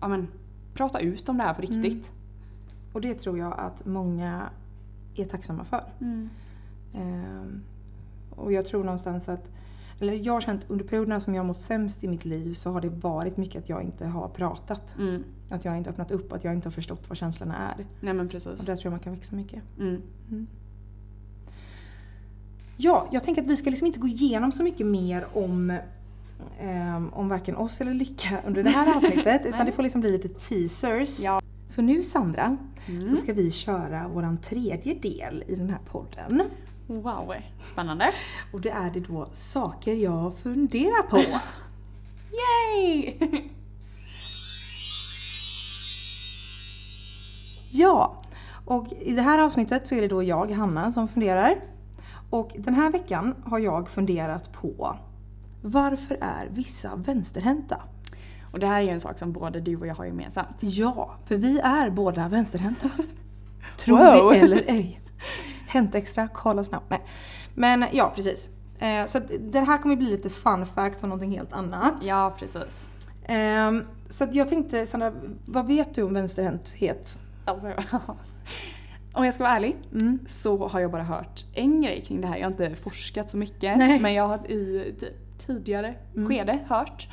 Speaker 1: ja, men, prata ut om det här på riktigt.
Speaker 2: och det tror jag att många är tacksamma för.
Speaker 1: Mm.
Speaker 2: Ehm, och jag tror någonstans att, eller jag har känt under perioderna som jag har mått sämst i mitt liv så har det varit mycket att jag inte har pratat.
Speaker 1: Mm.
Speaker 2: Att jag inte har öppnat upp, att jag inte har förstått vad känslorna är.
Speaker 1: Nej men
Speaker 2: Och
Speaker 1: precis.
Speaker 2: där tror jag man kan växa mycket.
Speaker 1: Mm.
Speaker 2: Ja, jag tänker att vi ska liksom inte gå igenom så mycket mer om, ehm, om varken oss eller lycka under det
Speaker 1: [laughs]
Speaker 2: här avsnittet. utan
Speaker 1: Nej.
Speaker 2: det får liksom bli lite teasers.
Speaker 1: Ja.
Speaker 2: Så nu Sandra,
Speaker 1: Mm.
Speaker 2: så ska vi köra våran tredje del i den här podden.
Speaker 1: Wow, spännande.
Speaker 2: Och det är det då saker jag funderar
Speaker 1: [laughs]
Speaker 2: på.
Speaker 1: Yay! [laughs]
Speaker 2: ja, och i det här avsnittet så är det då jag, Hanna, som funderar. Och den här veckan har jag funderat på varför är vissa vänsterhänta?
Speaker 1: Och det här är ju en sak som både du och jag har gemensamt. [laughs]
Speaker 2: Ja, för vi är båda vänsterhänta. Tro
Speaker 1: Wow. [laughs]
Speaker 2: det eller ej. Hänt Extra, kolla snabbt. Nej. Men ja, precis. Eh, så att det här kommer bli lite fun facts om någonting helt annat.
Speaker 1: Ja, precis.
Speaker 2: Ehm, så att jag tänkte Sandra, vad vet du om vänsterhänthet? Mm.
Speaker 1: Alltså, [laughs] om jag ska vara ärlig så har jag bara hört en grej kring det här. Jag har inte forskat så mycket.
Speaker 2: Nej.
Speaker 1: Men jag har i ti- tidigare
Speaker 2: Mm.
Speaker 1: skede hört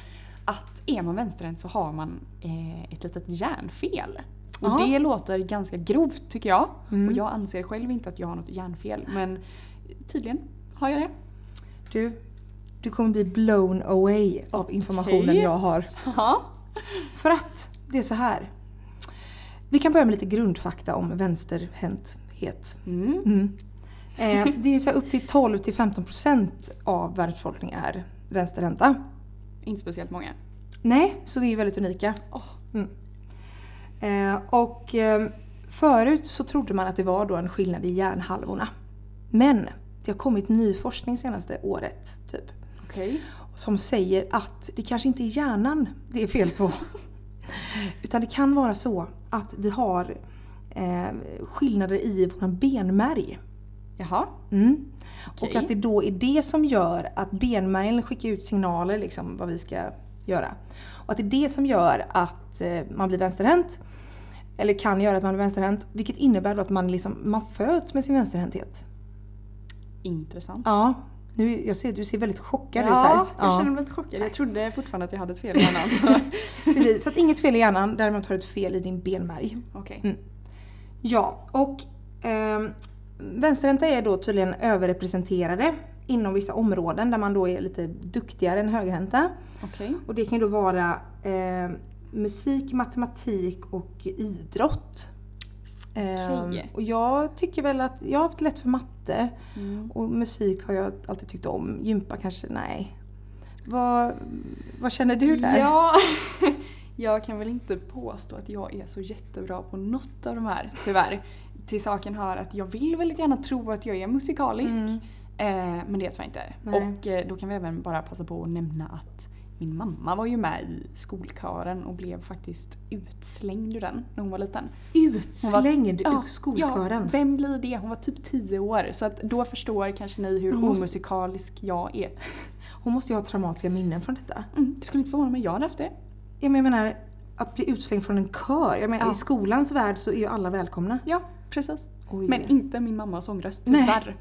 Speaker 1: att är man vänsterhänt så har man eh, ett litet hjärnfel. Och
Speaker 2: Ja.
Speaker 1: det låter ganska grovt tycker jag.
Speaker 2: Mm.
Speaker 1: Och jag anser själv inte att jag har något hjärnfel men tydligen har jag det.
Speaker 2: Du, du kommer bli blown away av informationen
Speaker 1: Okej.
Speaker 2: jag har.
Speaker 1: Ja.
Speaker 2: För att det är så här. Vi kan börja med lite grundfakta om vänsterhänthet.
Speaker 1: Mm.
Speaker 2: Mm. Eh, det är så här upp till 12 till 15% av världsbefolkningen är vänsterhänta.
Speaker 1: Inte speciellt många.
Speaker 2: Nej, så vi är väldigt unika.
Speaker 1: Åh.
Speaker 2: Mm. Eh, och eh, förut så trodde man att det var då en skillnad i hjärnhalvorna. Men det har kommit ny forskning senaste året typ,
Speaker 1: Okej.
Speaker 2: som säger att det kanske inte är hjärnan det är fel på. [laughs] Utan det kan vara så att vi har eh, skillnader i vår benmärg.
Speaker 1: Jaha.
Speaker 2: Mm. Och
Speaker 1: Okej.
Speaker 2: att det då är det som gör att benmärgen skickar ut signaler liksom vad vi ska göra. Och att det är det som gör att eh, man blir vänsterhänt. Eller kan göra att man blir vänsterhänt. Vilket innebär då att man, liksom, man föds med sin vänsterhänthet.
Speaker 1: Intressant.
Speaker 2: Ja. Nu, jag ser, du ser väldigt chockad ut här.
Speaker 1: Ja, jag känner mig lite chockad. Jag trodde fortfarande att jag hade ett fel i hjärnan.
Speaker 2: [laughs]
Speaker 1: så-
Speaker 2: Precis, så att inget fel i hjärnan, däremot har du ett fel i din benmärg.
Speaker 1: Okej.
Speaker 2: Ja, och ehm, vänsterhänta är då tydligen överrepresenterade inom vissa områden där man då är lite duktigare än högerhänta.
Speaker 1: Okej.
Speaker 2: Och det kan ju då vara eh, musik, matematik och idrott. Ehm,
Speaker 1: Okej.
Speaker 2: och jag tycker väl att jag har haft lätt för matte
Speaker 1: Mm.
Speaker 2: och musik har jag alltid tyckt om. Gympa kanske, nej. Vad, vad känner du där?
Speaker 1: Ja, [laughs] jag kan väl inte påstå att jag är så jättebra på något av de här, tyvärr. Till saken hör att jag vill väldigt gärna tro att jag är musikalisk,
Speaker 2: Mm.
Speaker 1: eh, men det tror jag inte.
Speaker 2: Nej.
Speaker 1: Och eh, då kan vi även bara passa på att nämna att min mamma var ju med i skolkören och blev faktiskt utslängd ur den när hon var liten.
Speaker 2: Utslängd
Speaker 1: Ja,
Speaker 2: ur skolkören.
Speaker 1: Ja, vem blir det? Hon var typ 10 år så att då förstår kanske ni hur
Speaker 2: Hon måste-
Speaker 1: omusikalisk jag är.
Speaker 2: Hon måste ju ha traumatiska minnen från detta.
Speaker 1: Mm, det skulle inte förvåna mig om jag hade haft det.
Speaker 2: Ja, men Jag menar, att bli utslängd från en kör. Jag menar,
Speaker 1: Ja.
Speaker 2: I skolans värld så är ju alla välkomna.
Speaker 1: Ja, precis.
Speaker 2: Oj.
Speaker 1: Men inte min mammas sångröst
Speaker 2: Mm. Nej.
Speaker 1: tyvärr.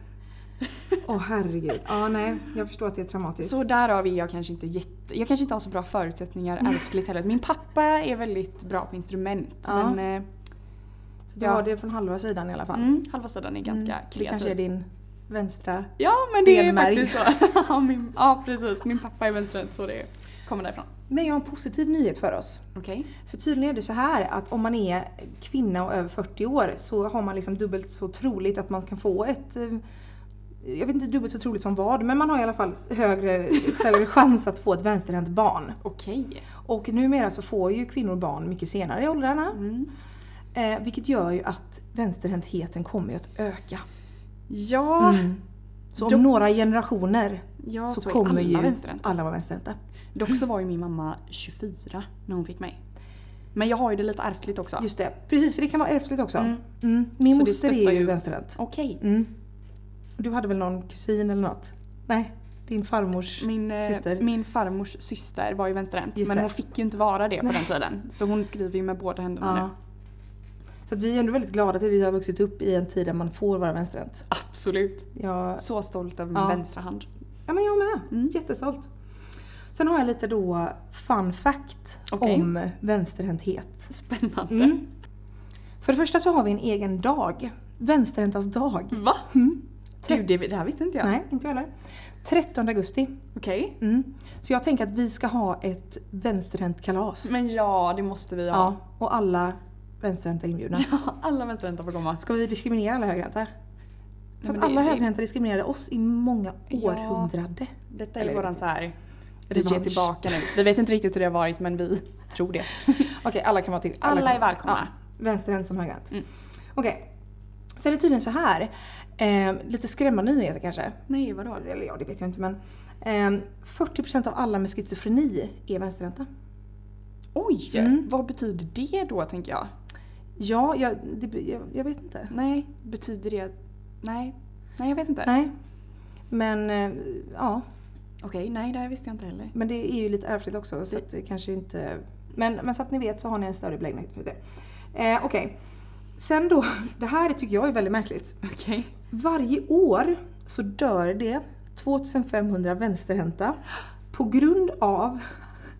Speaker 2: Åh herregud. Ja, nej. Jag förstår att det är traumatiskt.
Speaker 1: Så därav är jag kanske inte jätte... Jag kanske inte har så bra förutsättningar
Speaker 2: Mm.
Speaker 1: ärftligt heller. Min pappa är väldigt bra på instrument
Speaker 2: Ja.
Speaker 1: men eh,
Speaker 2: Så du
Speaker 1: Ja.
Speaker 2: har det från halva sidan i alla fall.
Speaker 1: mm, halva sidan är ganska
Speaker 2: Mm. Det
Speaker 1: kreativ.
Speaker 2: kanske är din vänstra.
Speaker 1: Ja men det är
Speaker 2: benmärg.
Speaker 1: faktiskt så. [laughs] ja, min, ja precis, min pappa är vänsterhänt så det kommer därifrån.
Speaker 2: Men jag har en positiv nyhet för oss.
Speaker 1: Okej.
Speaker 2: För tydligen är det så här att om man är kvinna och över 40 år så har man liksom dubbelt så troligt att man kan få ett eh, jag vet inte dubbelt så troligt som vad, men man har i alla fall högre, [laughs] högre chans att få ett vänsterhänt barn.
Speaker 1: Okej.
Speaker 2: Och numera så får ju kvinnor barn mycket senare i åldrarna.
Speaker 1: Mm.
Speaker 2: Eh, vilket gör ju att vänsterhäntheten kommer ju att öka.
Speaker 1: Ja,
Speaker 2: Så om
Speaker 1: Dock-
Speaker 2: några generationer
Speaker 1: ja,
Speaker 2: Mm. så,
Speaker 1: så,
Speaker 2: kommer
Speaker 1: är alla
Speaker 2: ju
Speaker 1: vänsterhänta.
Speaker 2: alla vara vänsterhänta.
Speaker 1: Dock så var ju min mamma 24 när hon fick mig. Men jag har ju det lite ärftligt också.
Speaker 2: Just det, precis för det kan vara ärftligt också.
Speaker 1: Mm.
Speaker 2: Mm. Min
Speaker 1: Så det
Speaker 2: moster är
Speaker 1: stöttar
Speaker 2: ju,
Speaker 1: ju-
Speaker 2: vänsterhänt.
Speaker 1: Okej.
Speaker 2: Mm. Du hade väl någon kusin eller något? Nej, din farmors
Speaker 1: Min, eh,
Speaker 2: syster.
Speaker 1: min farmors syster var ju vänsterhänt
Speaker 2: Just
Speaker 1: men
Speaker 2: det.
Speaker 1: hon fick ju inte vara det på
Speaker 2: Nej.
Speaker 1: den tiden. Så hon skriver ju med båda händerna
Speaker 2: Ja.
Speaker 1: nu.
Speaker 2: Så att vi är ändå väldigt glada att vi har vuxit upp i en tid där man får vara vänsterhänt.
Speaker 1: Absolut.
Speaker 2: Jag,
Speaker 1: Så stolt över min
Speaker 2: Ja.
Speaker 1: vänstra hand.
Speaker 2: ja men jag med,
Speaker 1: Mm.
Speaker 2: jättestolt. Sen har jag lite då fun fact
Speaker 1: Okej.
Speaker 2: om vänsterhänthet.
Speaker 1: Spännande.
Speaker 2: Mm. För det första så har vi en egen dag. Vänsterhäntas dag.
Speaker 1: Va?
Speaker 2: Mm.
Speaker 1: Du, det, det här visste inte jag.
Speaker 2: Nej, inte jag heller. 13 augusti.
Speaker 1: Okej.
Speaker 2: Mm. Så jag tänker att vi ska ha ett vänsterhänt kalas.
Speaker 1: Men Mm. ja, det måste vi ha.
Speaker 2: Ja, och alla vänsterhänta är inbjudna.
Speaker 1: [laughs] Ja, alla vänsterhänta får komma.
Speaker 2: Ska vi diskriminera alla högerhänta? För
Speaker 1: men
Speaker 2: att
Speaker 1: det-
Speaker 2: alla
Speaker 1: det-
Speaker 2: högerhänta diskriminerade oss i många
Speaker 1: Ja.
Speaker 2: århundraden.
Speaker 1: Detta
Speaker 2: Eller-
Speaker 1: är våran så här. Vi
Speaker 2: Revansch.
Speaker 1: ger tillbaka nu. Vi vet inte riktigt hur det har varit men vi tror det.
Speaker 2: Okej, alla kan vara till.
Speaker 1: Alla
Speaker 2: kan-
Speaker 1: är välkomna.
Speaker 2: Ja, vänsterhänt som högerhänt.
Speaker 1: Mm.
Speaker 2: Okej. Så är det tydligen så här. Eh, lite skrämmande nyheter kanske.
Speaker 1: Nej, vadå?
Speaker 2: Eller ja, det vet jag inte men. ehm, 40% av alla med schizofreni är vänsterhänta.
Speaker 1: Oj!
Speaker 2: Mm.
Speaker 1: Vad betyder det då tänker jag?
Speaker 2: Ja, jag, det, jag, jag vet inte.
Speaker 1: Nej, betyder det att Nej. Nej, jag vet inte.
Speaker 2: Nej. Men eh, ja,
Speaker 1: Okej, nej det här visste jag inte heller.
Speaker 2: men det är ju lite ärftligt också så att det kanske inte... Men, men så att ni vet så har ni en större belägenhet för det. Eh, Okej. Sen då, [laughs] det här tycker jag är väldigt märkligt.
Speaker 1: Okej.
Speaker 2: Varje år så dör det 2500 vänsterhänta på grund av [laughs]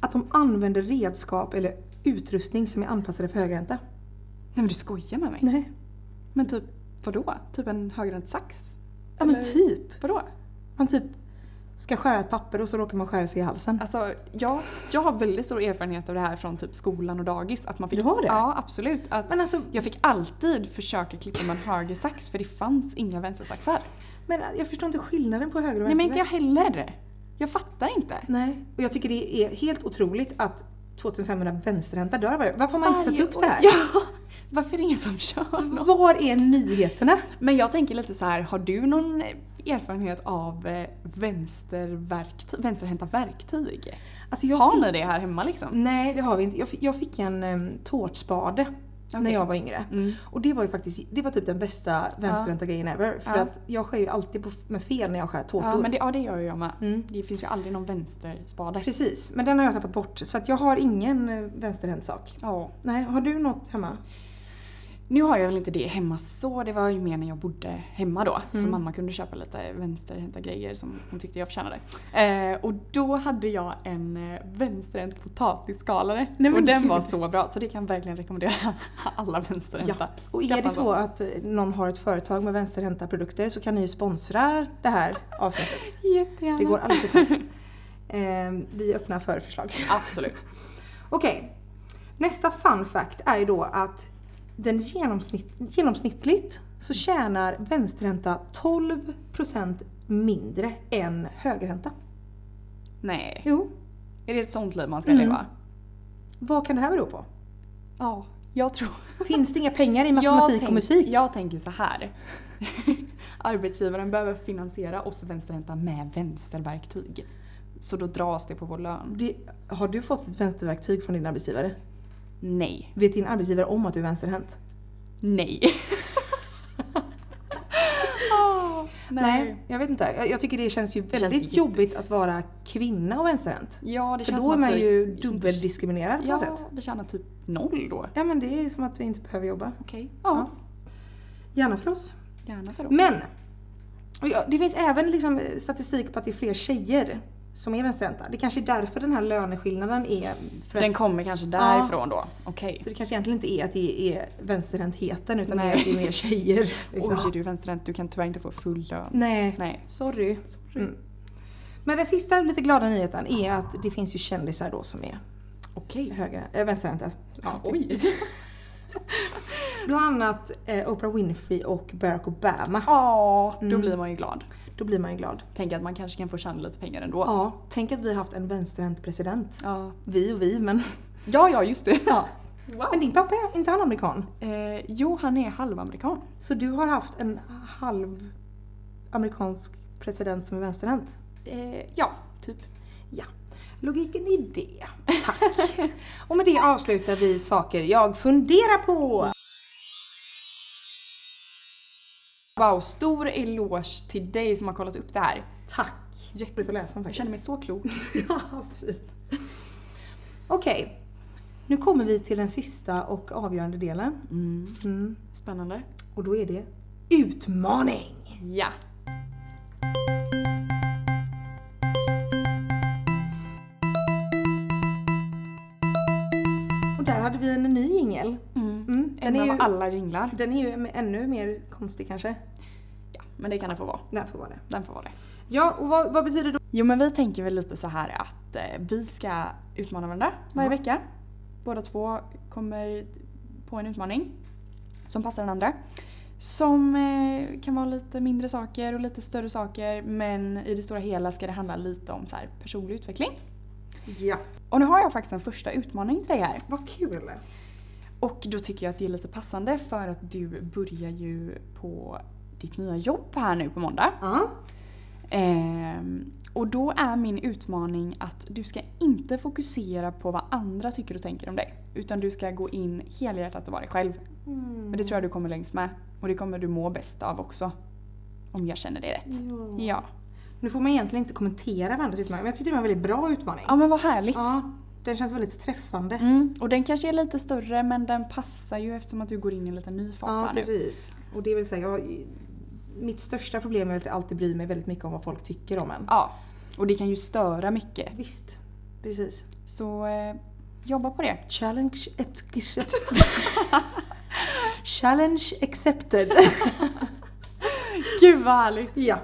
Speaker 2: att de använder redskap eller utrustning som är anpassade för högerhänta.
Speaker 1: Nej men du skojar med mig.
Speaker 2: Nej.
Speaker 1: Men typ vadå? Typ en högerhänt sax?
Speaker 2: Ja men
Speaker 1: Eller-
Speaker 2: typ.
Speaker 1: Vadå?
Speaker 2: Man typ ska skära ett papper och så råkar man skära sig i halsen.
Speaker 1: Alltså jag, jag har väldigt stor erfarenhet av det här från typ skolan och dagis. Att man fick,
Speaker 2: Du har det?
Speaker 1: Ja absolut. Att
Speaker 2: Men alltså,
Speaker 1: jag fick alltid försöka klippa med en höger sax för det fanns inga vänstersaxar.
Speaker 2: men jag förstår inte skillnaden på höger och
Speaker 1: Nej
Speaker 2: vänster.
Speaker 1: men inte jag heller. Jag fattar inte.
Speaker 2: Nej. Och jag tycker det är helt otroligt att 2500 vänsterhänta dör varje Varför har man inte
Speaker 1: Varje
Speaker 2: satt upp
Speaker 1: år- [laughs]
Speaker 2: det här?
Speaker 1: Ja! Varför är det ingen som kör något?
Speaker 2: Var är nyheterna?
Speaker 1: Mm. Men jag tänker lite så här, har du någon erfarenhet av eh, vänsterverktyg, vänsterhänta verktyg?
Speaker 2: Alltså jag
Speaker 1: Har
Speaker 2: fick-
Speaker 1: ni det här hemma liksom?
Speaker 2: Nej det har vi inte. Jag fick, jag fick en um, tårtspade när
Speaker 1: Okej.
Speaker 2: jag var yngre.
Speaker 1: Mm.
Speaker 2: Och det var ju faktiskt, det var typ den bästa vänsterhänta grejen ever. För
Speaker 1: Ja.
Speaker 2: att jag skär ju alltid på, med fel när jag skär tårtor.
Speaker 1: Ja men det, ja, det gör ju jag med.
Speaker 2: mm.
Speaker 1: Det finns ju aldrig någon vänsterspade.
Speaker 2: Precis, men den har jag tappat bort. Så att jag har ingen eh, vänsterhänt sak.
Speaker 1: Ja.
Speaker 2: Nej, har du något hemma?
Speaker 1: Nu har jag väl inte det hemma så, det var ju mer när jag bodde hemma då. Så
Speaker 2: Mm.
Speaker 1: mamma kunde köpa lite vänsterhänta grejer som hon tyckte jag förtjänade. Eh, och då hade jag en eh, vänsterhänt potatisskalare.
Speaker 2: men
Speaker 1: och den
Speaker 2: gud.
Speaker 1: var så bra så det kan jag verkligen rekommendera [laughs] alla vänsterhänta.
Speaker 2: Och är
Speaker 1: Skaffa
Speaker 2: det
Speaker 1: en
Speaker 2: så
Speaker 1: sån.
Speaker 2: att eh, någon har ett företag med vänsterhänta produkter så kan ni ju sponsra det här avsnittet.
Speaker 1: Jättegärna.
Speaker 2: Det går alldeles utmärkt. Ehm, Vi öppnar för förslag.
Speaker 1: [laughs] Absolut.
Speaker 2: Okej. Nästa fun fact är ju då att den genomsnitt, genomsnittligt så tjänar vänsterhänta 12% mindre än högerhänta.
Speaker 1: Nej.
Speaker 2: Jo.
Speaker 1: Är det ett sånt liv man ska
Speaker 2: Mm.
Speaker 1: leva?
Speaker 2: Vad kan det här bero på?
Speaker 1: Ja, jag tror.
Speaker 2: Finns det inga pengar i
Speaker 1: [laughs] jag
Speaker 2: matematik
Speaker 1: tänk-
Speaker 2: och musik?
Speaker 1: Jag tänker så här. [laughs] Arbetsgivaren behöver finansiera oss vänsterhänta med vänsterverktyg. Så då dras det på vår lön.
Speaker 2: Det, har du fått ett vänsterverktyg från din arbetsgivare?
Speaker 1: Nej.
Speaker 2: Vet din arbetsgivare om att du är vänsterhänt? [laughs]
Speaker 1: Nej. Ah,
Speaker 2: jag vet inte. Jag, jag tycker det känns ju
Speaker 1: känns
Speaker 2: väldigt
Speaker 1: jätte-
Speaker 2: jobbigt att vara kvinna och vänsterhänt.
Speaker 1: Ja, det
Speaker 2: För
Speaker 1: känns
Speaker 2: då är
Speaker 1: som att
Speaker 2: man
Speaker 1: vi-
Speaker 2: ju dubbeldiskriminerad på något
Speaker 1: Ja,
Speaker 2: sätt.
Speaker 1: vi tjänar typ noll då.
Speaker 2: Ja men det är som att vi inte behöver jobba.
Speaker 1: Okej.
Speaker 2: Ja.
Speaker 1: Ja,
Speaker 2: Gärna för oss.
Speaker 1: gärna för oss.
Speaker 2: Men! och ja, Det finns även liksom eh, statistik på att det är fler tjejer som är vänsterhänta. Det kanske är därför den här löneskillnaden är... För
Speaker 1: Den
Speaker 2: att,
Speaker 1: kommer kanske därifrån då. Okej.
Speaker 2: så det kanske egentligen inte är att det är vänsterhäntheten utan
Speaker 1: Nej.
Speaker 2: det är- det är mer tjejer. liksom.
Speaker 1: [laughs] Oj, du är vänsterhänt. Du kan tyvärr inte få full lön.
Speaker 2: Nej.
Speaker 1: Nej.
Speaker 2: Sorry. Mm. Men den sista lite glada nyheten är att det finns ju kändisar då som är
Speaker 1: Okej.
Speaker 2: höger, äh, vänsterhänta. [laughs] Ja.
Speaker 1: Oj.
Speaker 2: Bland annat eh, Oprah Winfrey och Barack Obama.
Speaker 1: Ja, då
Speaker 2: Mm.
Speaker 1: blir man ju glad.
Speaker 2: Då blir man ju glad.
Speaker 1: Tänk att man kanske kan få tjäna lite pengar ändå.
Speaker 2: Ja, tänk att vi har haft en vänsterhänt president.
Speaker 1: Ja,
Speaker 2: Vi och vi, men...
Speaker 1: ja, ja, just det.
Speaker 2: [laughs] Ja.
Speaker 1: [laughs] Wow.
Speaker 2: [laughs] Men din pappa är inte han amerikan?
Speaker 1: Eh, jo, han är halvamerikan.
Speaker 2: Så du har haft en halv amerikansk president som är vänsterhänt?
Speaker 1: Eh, ja, typ.
Speaker 2: Logiken i det. Tack. [laughs] och med det avslutar vi saker jag funderar på.
Speaker 1: Wow, stor eloge till dig som har kollat upp det här.
Speaker 2: Tack. Jätteroligt
Speaker 1: Jätteroligt
Speaker 2: att läsa om
Speaker 1: Jag
Speaker 2: faktiskt.
Speaker 1: känner mig så klok.
Speaker 2: [laughs] ja, precis. Okej. Nu kommer vi till den sista och avgörande delen.
Speaker 1: Mm. Spännande.
Speaker 2: Och då är det utmaning.
Speaker 1: Ja.
Speaker 2: Och där hade vi en ny jingel. Mm,
Speaker 1: En
Speaker 2: den, är
Speaker 1: av
Speaker 2: ju,
Speaker 1: alla jinglar.
Speaker 2: den är ju ännu mer konstig kanske.
Speaker 1: Ja, men det kan den få vara.
Speaker 2: Den får vara det.
Speaker 1: Den får vara det.
Speaker 2: Ja, och vad, vad betyder då?
Speaker 1: Jo men vi tänker väl lite så här att eh, vi ska utmana varandra varje
Speaker 2: Ja.
Speaker 1: vecka. Båda två kommer på en utmaning som passar den andra. Som eh, kan vara lite mindre saker och lite större saker men i det stora hela ska det handla lite om så här, personlig utveckling.
Speaker 2: Ja,
Speaker 1: Och nu har jag faktiskt en första utmaning till dig här.
Speaker 2: vad kul.
Speaker 1: Och då tycker jag att det är lite passande för att du börjar ju på ditt nya jobb här nu på måndag.
Speaker 2: Ja.
Speaker 1: Ehm, och då är min utmaning att du ska inte fokusera på vad andra tycker och tänker om dig. Utan du ska gå in helhjärtat och vara dig själv.
Speaker 2: Mm.
Speaker 1: Och det tror jag du kommer längst med. Och det kommer du må bäst av också. Om jag känner dig rätt.
Speaker 2: Ja.
Speaker 1: Ja.
Speaker 2: Nu får man egentligen inte kommentera varandras utmaningar men jag tyckte det var en väldigt bra utmaning.
Speaker 1: Ja men vad härligt.
Speaker 2: Ja, den känns väldigt träffande.
Speaker 1: Mm, och den kanske är lite större men den passar ju eftersom att du går in i en liten ny fas
Speaker 2: Ja
Speaker 1: här nu.
Speaker 2: precis. Och det vill säga, jag, mitt största problem är att jag alltid bryr mig väldigt mycket om vad folk tycker om en.
Speaker 1: Ja. Och det kan ju störa mycket.
Speaker 2: Visst, precis.
Speaker 1: Så eh, jobba på det.
Speaker 2: Challenge accepted.
Speaker 1: [laughs]
Speaker 2: Challenge
Speaker 1: [laughs]
Speaker 2: accepted.
Speaker 1: Gud vad härligt.
Speaker 2: ja.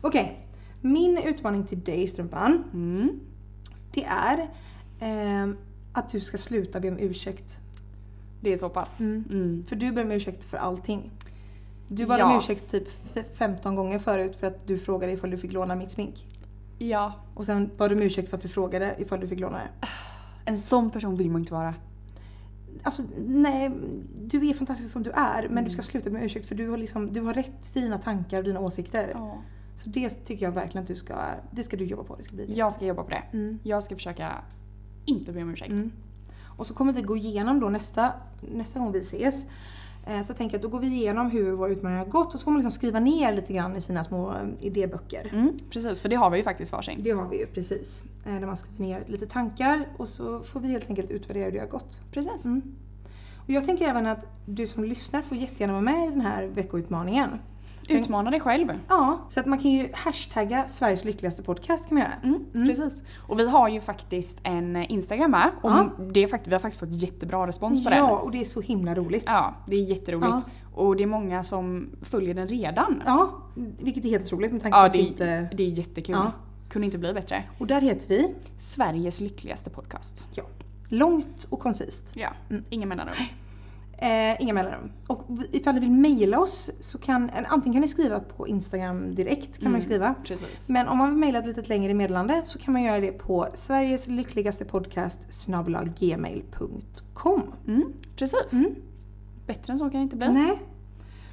Speaker 2: Okej. Min utmaning till dig Strumpan,
Speaker 1: Mm.
Speaker 2: det är ehm, att du ska sluta be om ursäkt.
Speaker 1: Det är så pass. Mm.
Speaker 2: För du ber om ursäkt för allting. Du bad om
Speaker 1: Ja.
Speaker 2: ursäkt typ f- 15 gånger förut för att du frågade ifall du fick låna mitt smink.
Speaker 1: Ja.
Speaker 2: Och sen bad du om ursäkt för att du frågade ifall du fick låna det.
Speaker 1: En sån person vill man inte vara.
Speaker 2: Alltså nej, du är fantastisk som du är men du ska sluta med ursäkt för du har, liksom, du har rätt till dina tankar och dina åsikter.
Speaker 1: typ.
Speaker 2: Så det tycker jag verkligen att du ska, det ska du jobba på. Det ska bli det.
Speaker 1: Jag ska jobba på det.
Speaker 2: Mm.
Speaker 1: Jag ska försöka inte be om ursäkt.
Speaker 2: Mm. Och så kommer vi gå igenom då nästa, nästa gång vi ses. Eh, Så tänker jag att då går vi igenom hur våra utmaningar har gått och så får man liksom skriva ner lite grann i sina små eh, idéböcker.
Speaker 1: Mm, precis, för det har vi ju faktiskt varsin.
Speaker 2: Det har vi ju precis. Eh, Där man skriver ner lite tankar och så får vi helt enkelt utvärdera hur det har gått. Mm.
Speaker 1: Precis.
Speaker 2: Och jag tänker även att du som lyssnar får jättegärna vara med i den här veckoutmaningen.
Speaker 1: Utmana dig själv.
Speaker 2: Ja, så att man kan ju hashtagga Sveriges lyckligaste podcast kan man göra.
Speaker 1: Mm, Precis. Och vi har ju faktiskt en Instagram med. Och
Speaker 2: Ja.
Speaker 1: det är fakt- vi har faktiskt fått jättebra respons på den.
Speaker 2: Ja, och det är så himla roligt.
Speaker 1: Ja, det är jätteroligt. Och det är många som följer den redan.
Speaker 2: Ja, vilket är helt otroligt med tanke på
Speaker 1: Ja,
Speaker 2: att
Speaker 1: det,
Speaker 2: vi
Speaker 1: är,
Speaker 2: inte...
Speaker 1: det är jättekul.
Speaker 2: Ja.
Speaker 1: Kunde inte bli bättre.
Speaker 2: Och där heter vi
Speaker 1: Sveriges lyckligaste podcast.
Speaker 2: Långt och koncist.
Speaker 1: Ja,
Speaker 2: Mm.
Speaker 1: ingen mellanrum.
Speaker 2: Eh, inga mellanrum. Och ifall ni vill mejla oss så kan, eller antingen kan ni skriva på Instagram direkt kan man ju
Speaker 1: Mm.
Speaker 2: skriva.
Speaker 1: Precis.
Speaker 2: Men om man vill mejla ett lite längre meddelande så kan man göra det på Sveriges lyckligaste podcast gmail.com.
Speaker 1: Mm, precis.
Speaker 2: Mm.
Speaker 1: Bättre än så kan det inte bli.
Speaker 2: Nej.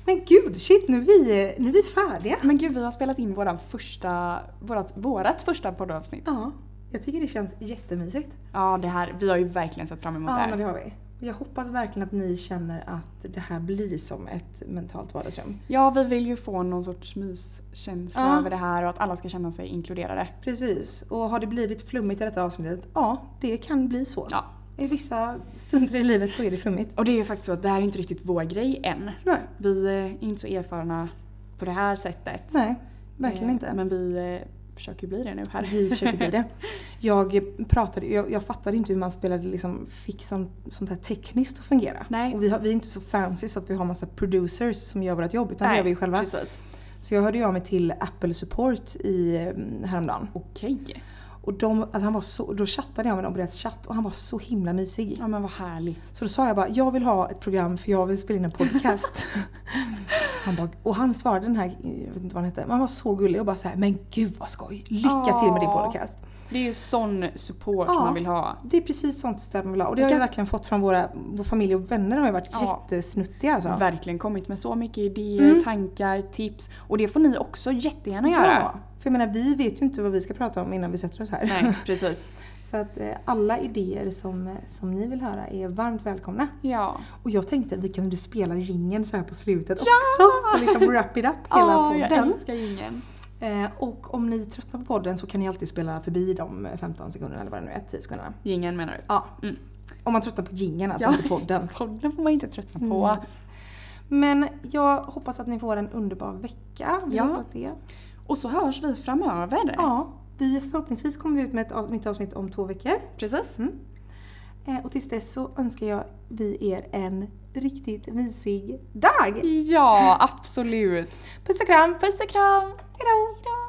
Speaker 2: Men gud, shit nu är vi, nu är vi färdiga.
Speaker 1: Men gud, vi har spelat in våran första, vårat, vårat första poddavsnitt.
Speaker 2: Ja, jag tycker det känns jättemysigt.
Speaker 1: Ja, det här, vi har ju verkligen sett fram emot det
Speaker 2: Ja, men
Speaker 1: här.
Speaker 2: det har vi. Jag hoppas verkligen att ni känner att det här blir som ett mentalt vardagsrum.
Speaker 1: Ja, vi vill ju få någon sorts myskänsla
Speaker 2: Ja.
Speaker 1: över det här och att alla ska känna sig inkluderade.
Speaker 2: Precis, och har det blivit flummigt i detta avsnittet? Ja, det kan bli så.
Speaker 1: Ja.
Speaker 2: I vissa stunder i livet så är det flummigt.
Speaker 1: Och det är ju faktiskt så att det här är inte riktigt vår grej än.
Speaker 2: Nej,
Speaker 1: Vi eh, är inte så erfarna på det här sättet.
Speaker 2: nej verkligen
Speaker 1: Eh,
Speaker 2: inte.
Speaker 1: Men vi eh, försöker ju bli det nu här.
Speaker 2: Vi försöker
Speaker 1: [laughs]
Speaker 2: bli det. Jag pratade, jag, jag fattade inte hur man spelade liksom, fick sånt, sånt här tekniskt att fungera.
Speaker 1: Nej.
Speaker 2: Och vi, har, vi är inte så fancy så att vi har massa producers som gör vårt jobb utan det
Speaker 1: Nej,
Speaker 2: gör vi ju själva.
Speaker 1: Precis.
Speaker 2: Så jag hörde ju av mig till Apple Support i, mm, häromdagen.
Speaker 1: Okej.
Speaker 2: Och de, alltså han var så, då chattade jag med dem på deras chatt och han var så himla mysig.
Speaker 1: Ja men vad härligt.
Speaker 2: Så då sa jag bara, jag vill ha ett program för jag vill spela in en
Speaker 1: [laughs]
Speaker 2: podcast. han bara, och han svarade den här, jag vet inte vad han hette, men han var så gullig och bara så här, men gud vad skoj, lycka till med din
Speaker 1: Ja.
Speaker 2: podcast.
Speaker 1: Det är ju sån support
Speaker 2: Ja.
Speaker 1: man vill ha.
Speaker 2: Det är precis sånt stöd man vill ha och det har jag verkligen fått från våra, vår familj och vänner, de har ju varit
Speaker 1: Ja.
Speaker 2: jättesnuttiga alltså.
Speaker 1: Verkligen kommit med så mycket idéer,
Speaker 2: Mm.
Speaker 1: tankar, tips. Och det får ni också jättegärna göra.
Speaker 2: Ja, för jag menar vi vet ju inte vad vi ska prata om innan vi sätter oss här. [laughs]
Speaker 1: Nej, precis.
Speaker 2: Så att eh, alla idéer som, eh, som ni vill höra är varmt välkomna.
Speaker 1: Ja.
Speaker 2: Och jag tänkte att vi kan ju spela jingeln så här på slutet
Speaker 1: Ja!
Speaker 2: också. Så liksom wrap it up hela
Speaker 1: Ah, Jag
Speaker 2: podden.
Speaker 1: älskar ingen.
Speaker 2: Eh, och om ni tröttnar på podden så kan ni alltid spela förbi de 15 sekunderna eller vad det nu är, 10 sekunderna.
Speaker 1: Ingen menar du?
Speaker 2: Ja.
Speaker 1: Mm.
Speaker 2: Om man tröttnar på jingeln alltså,
Speaker 1: Ja.
Speaker 2: inte podden.
Speaker 1: Podden får man inte tröttna på.
Speaker 2: Mm. Men jag hoppas att ni får en underbar vecka. Vi
Speaker 1: Ja.
Speaker 2: hoppas det.
Speaker 1: Och så hörs vi framöver.
Speaker 2: Ja. Vi förhoppningsvis kommer vi ut med ett av- nytt avsnitt om två veckor. Mm.
Speaker 1: Precis.
Speaker 2: Eh, och tills dess så önskar jag vi er en riktigt mysig dag.
Speaker 1: Ja, absolut.
Speaker 2: Puss och kram!
Speaker 1: Puss och kram. Hejdå. Hejdå.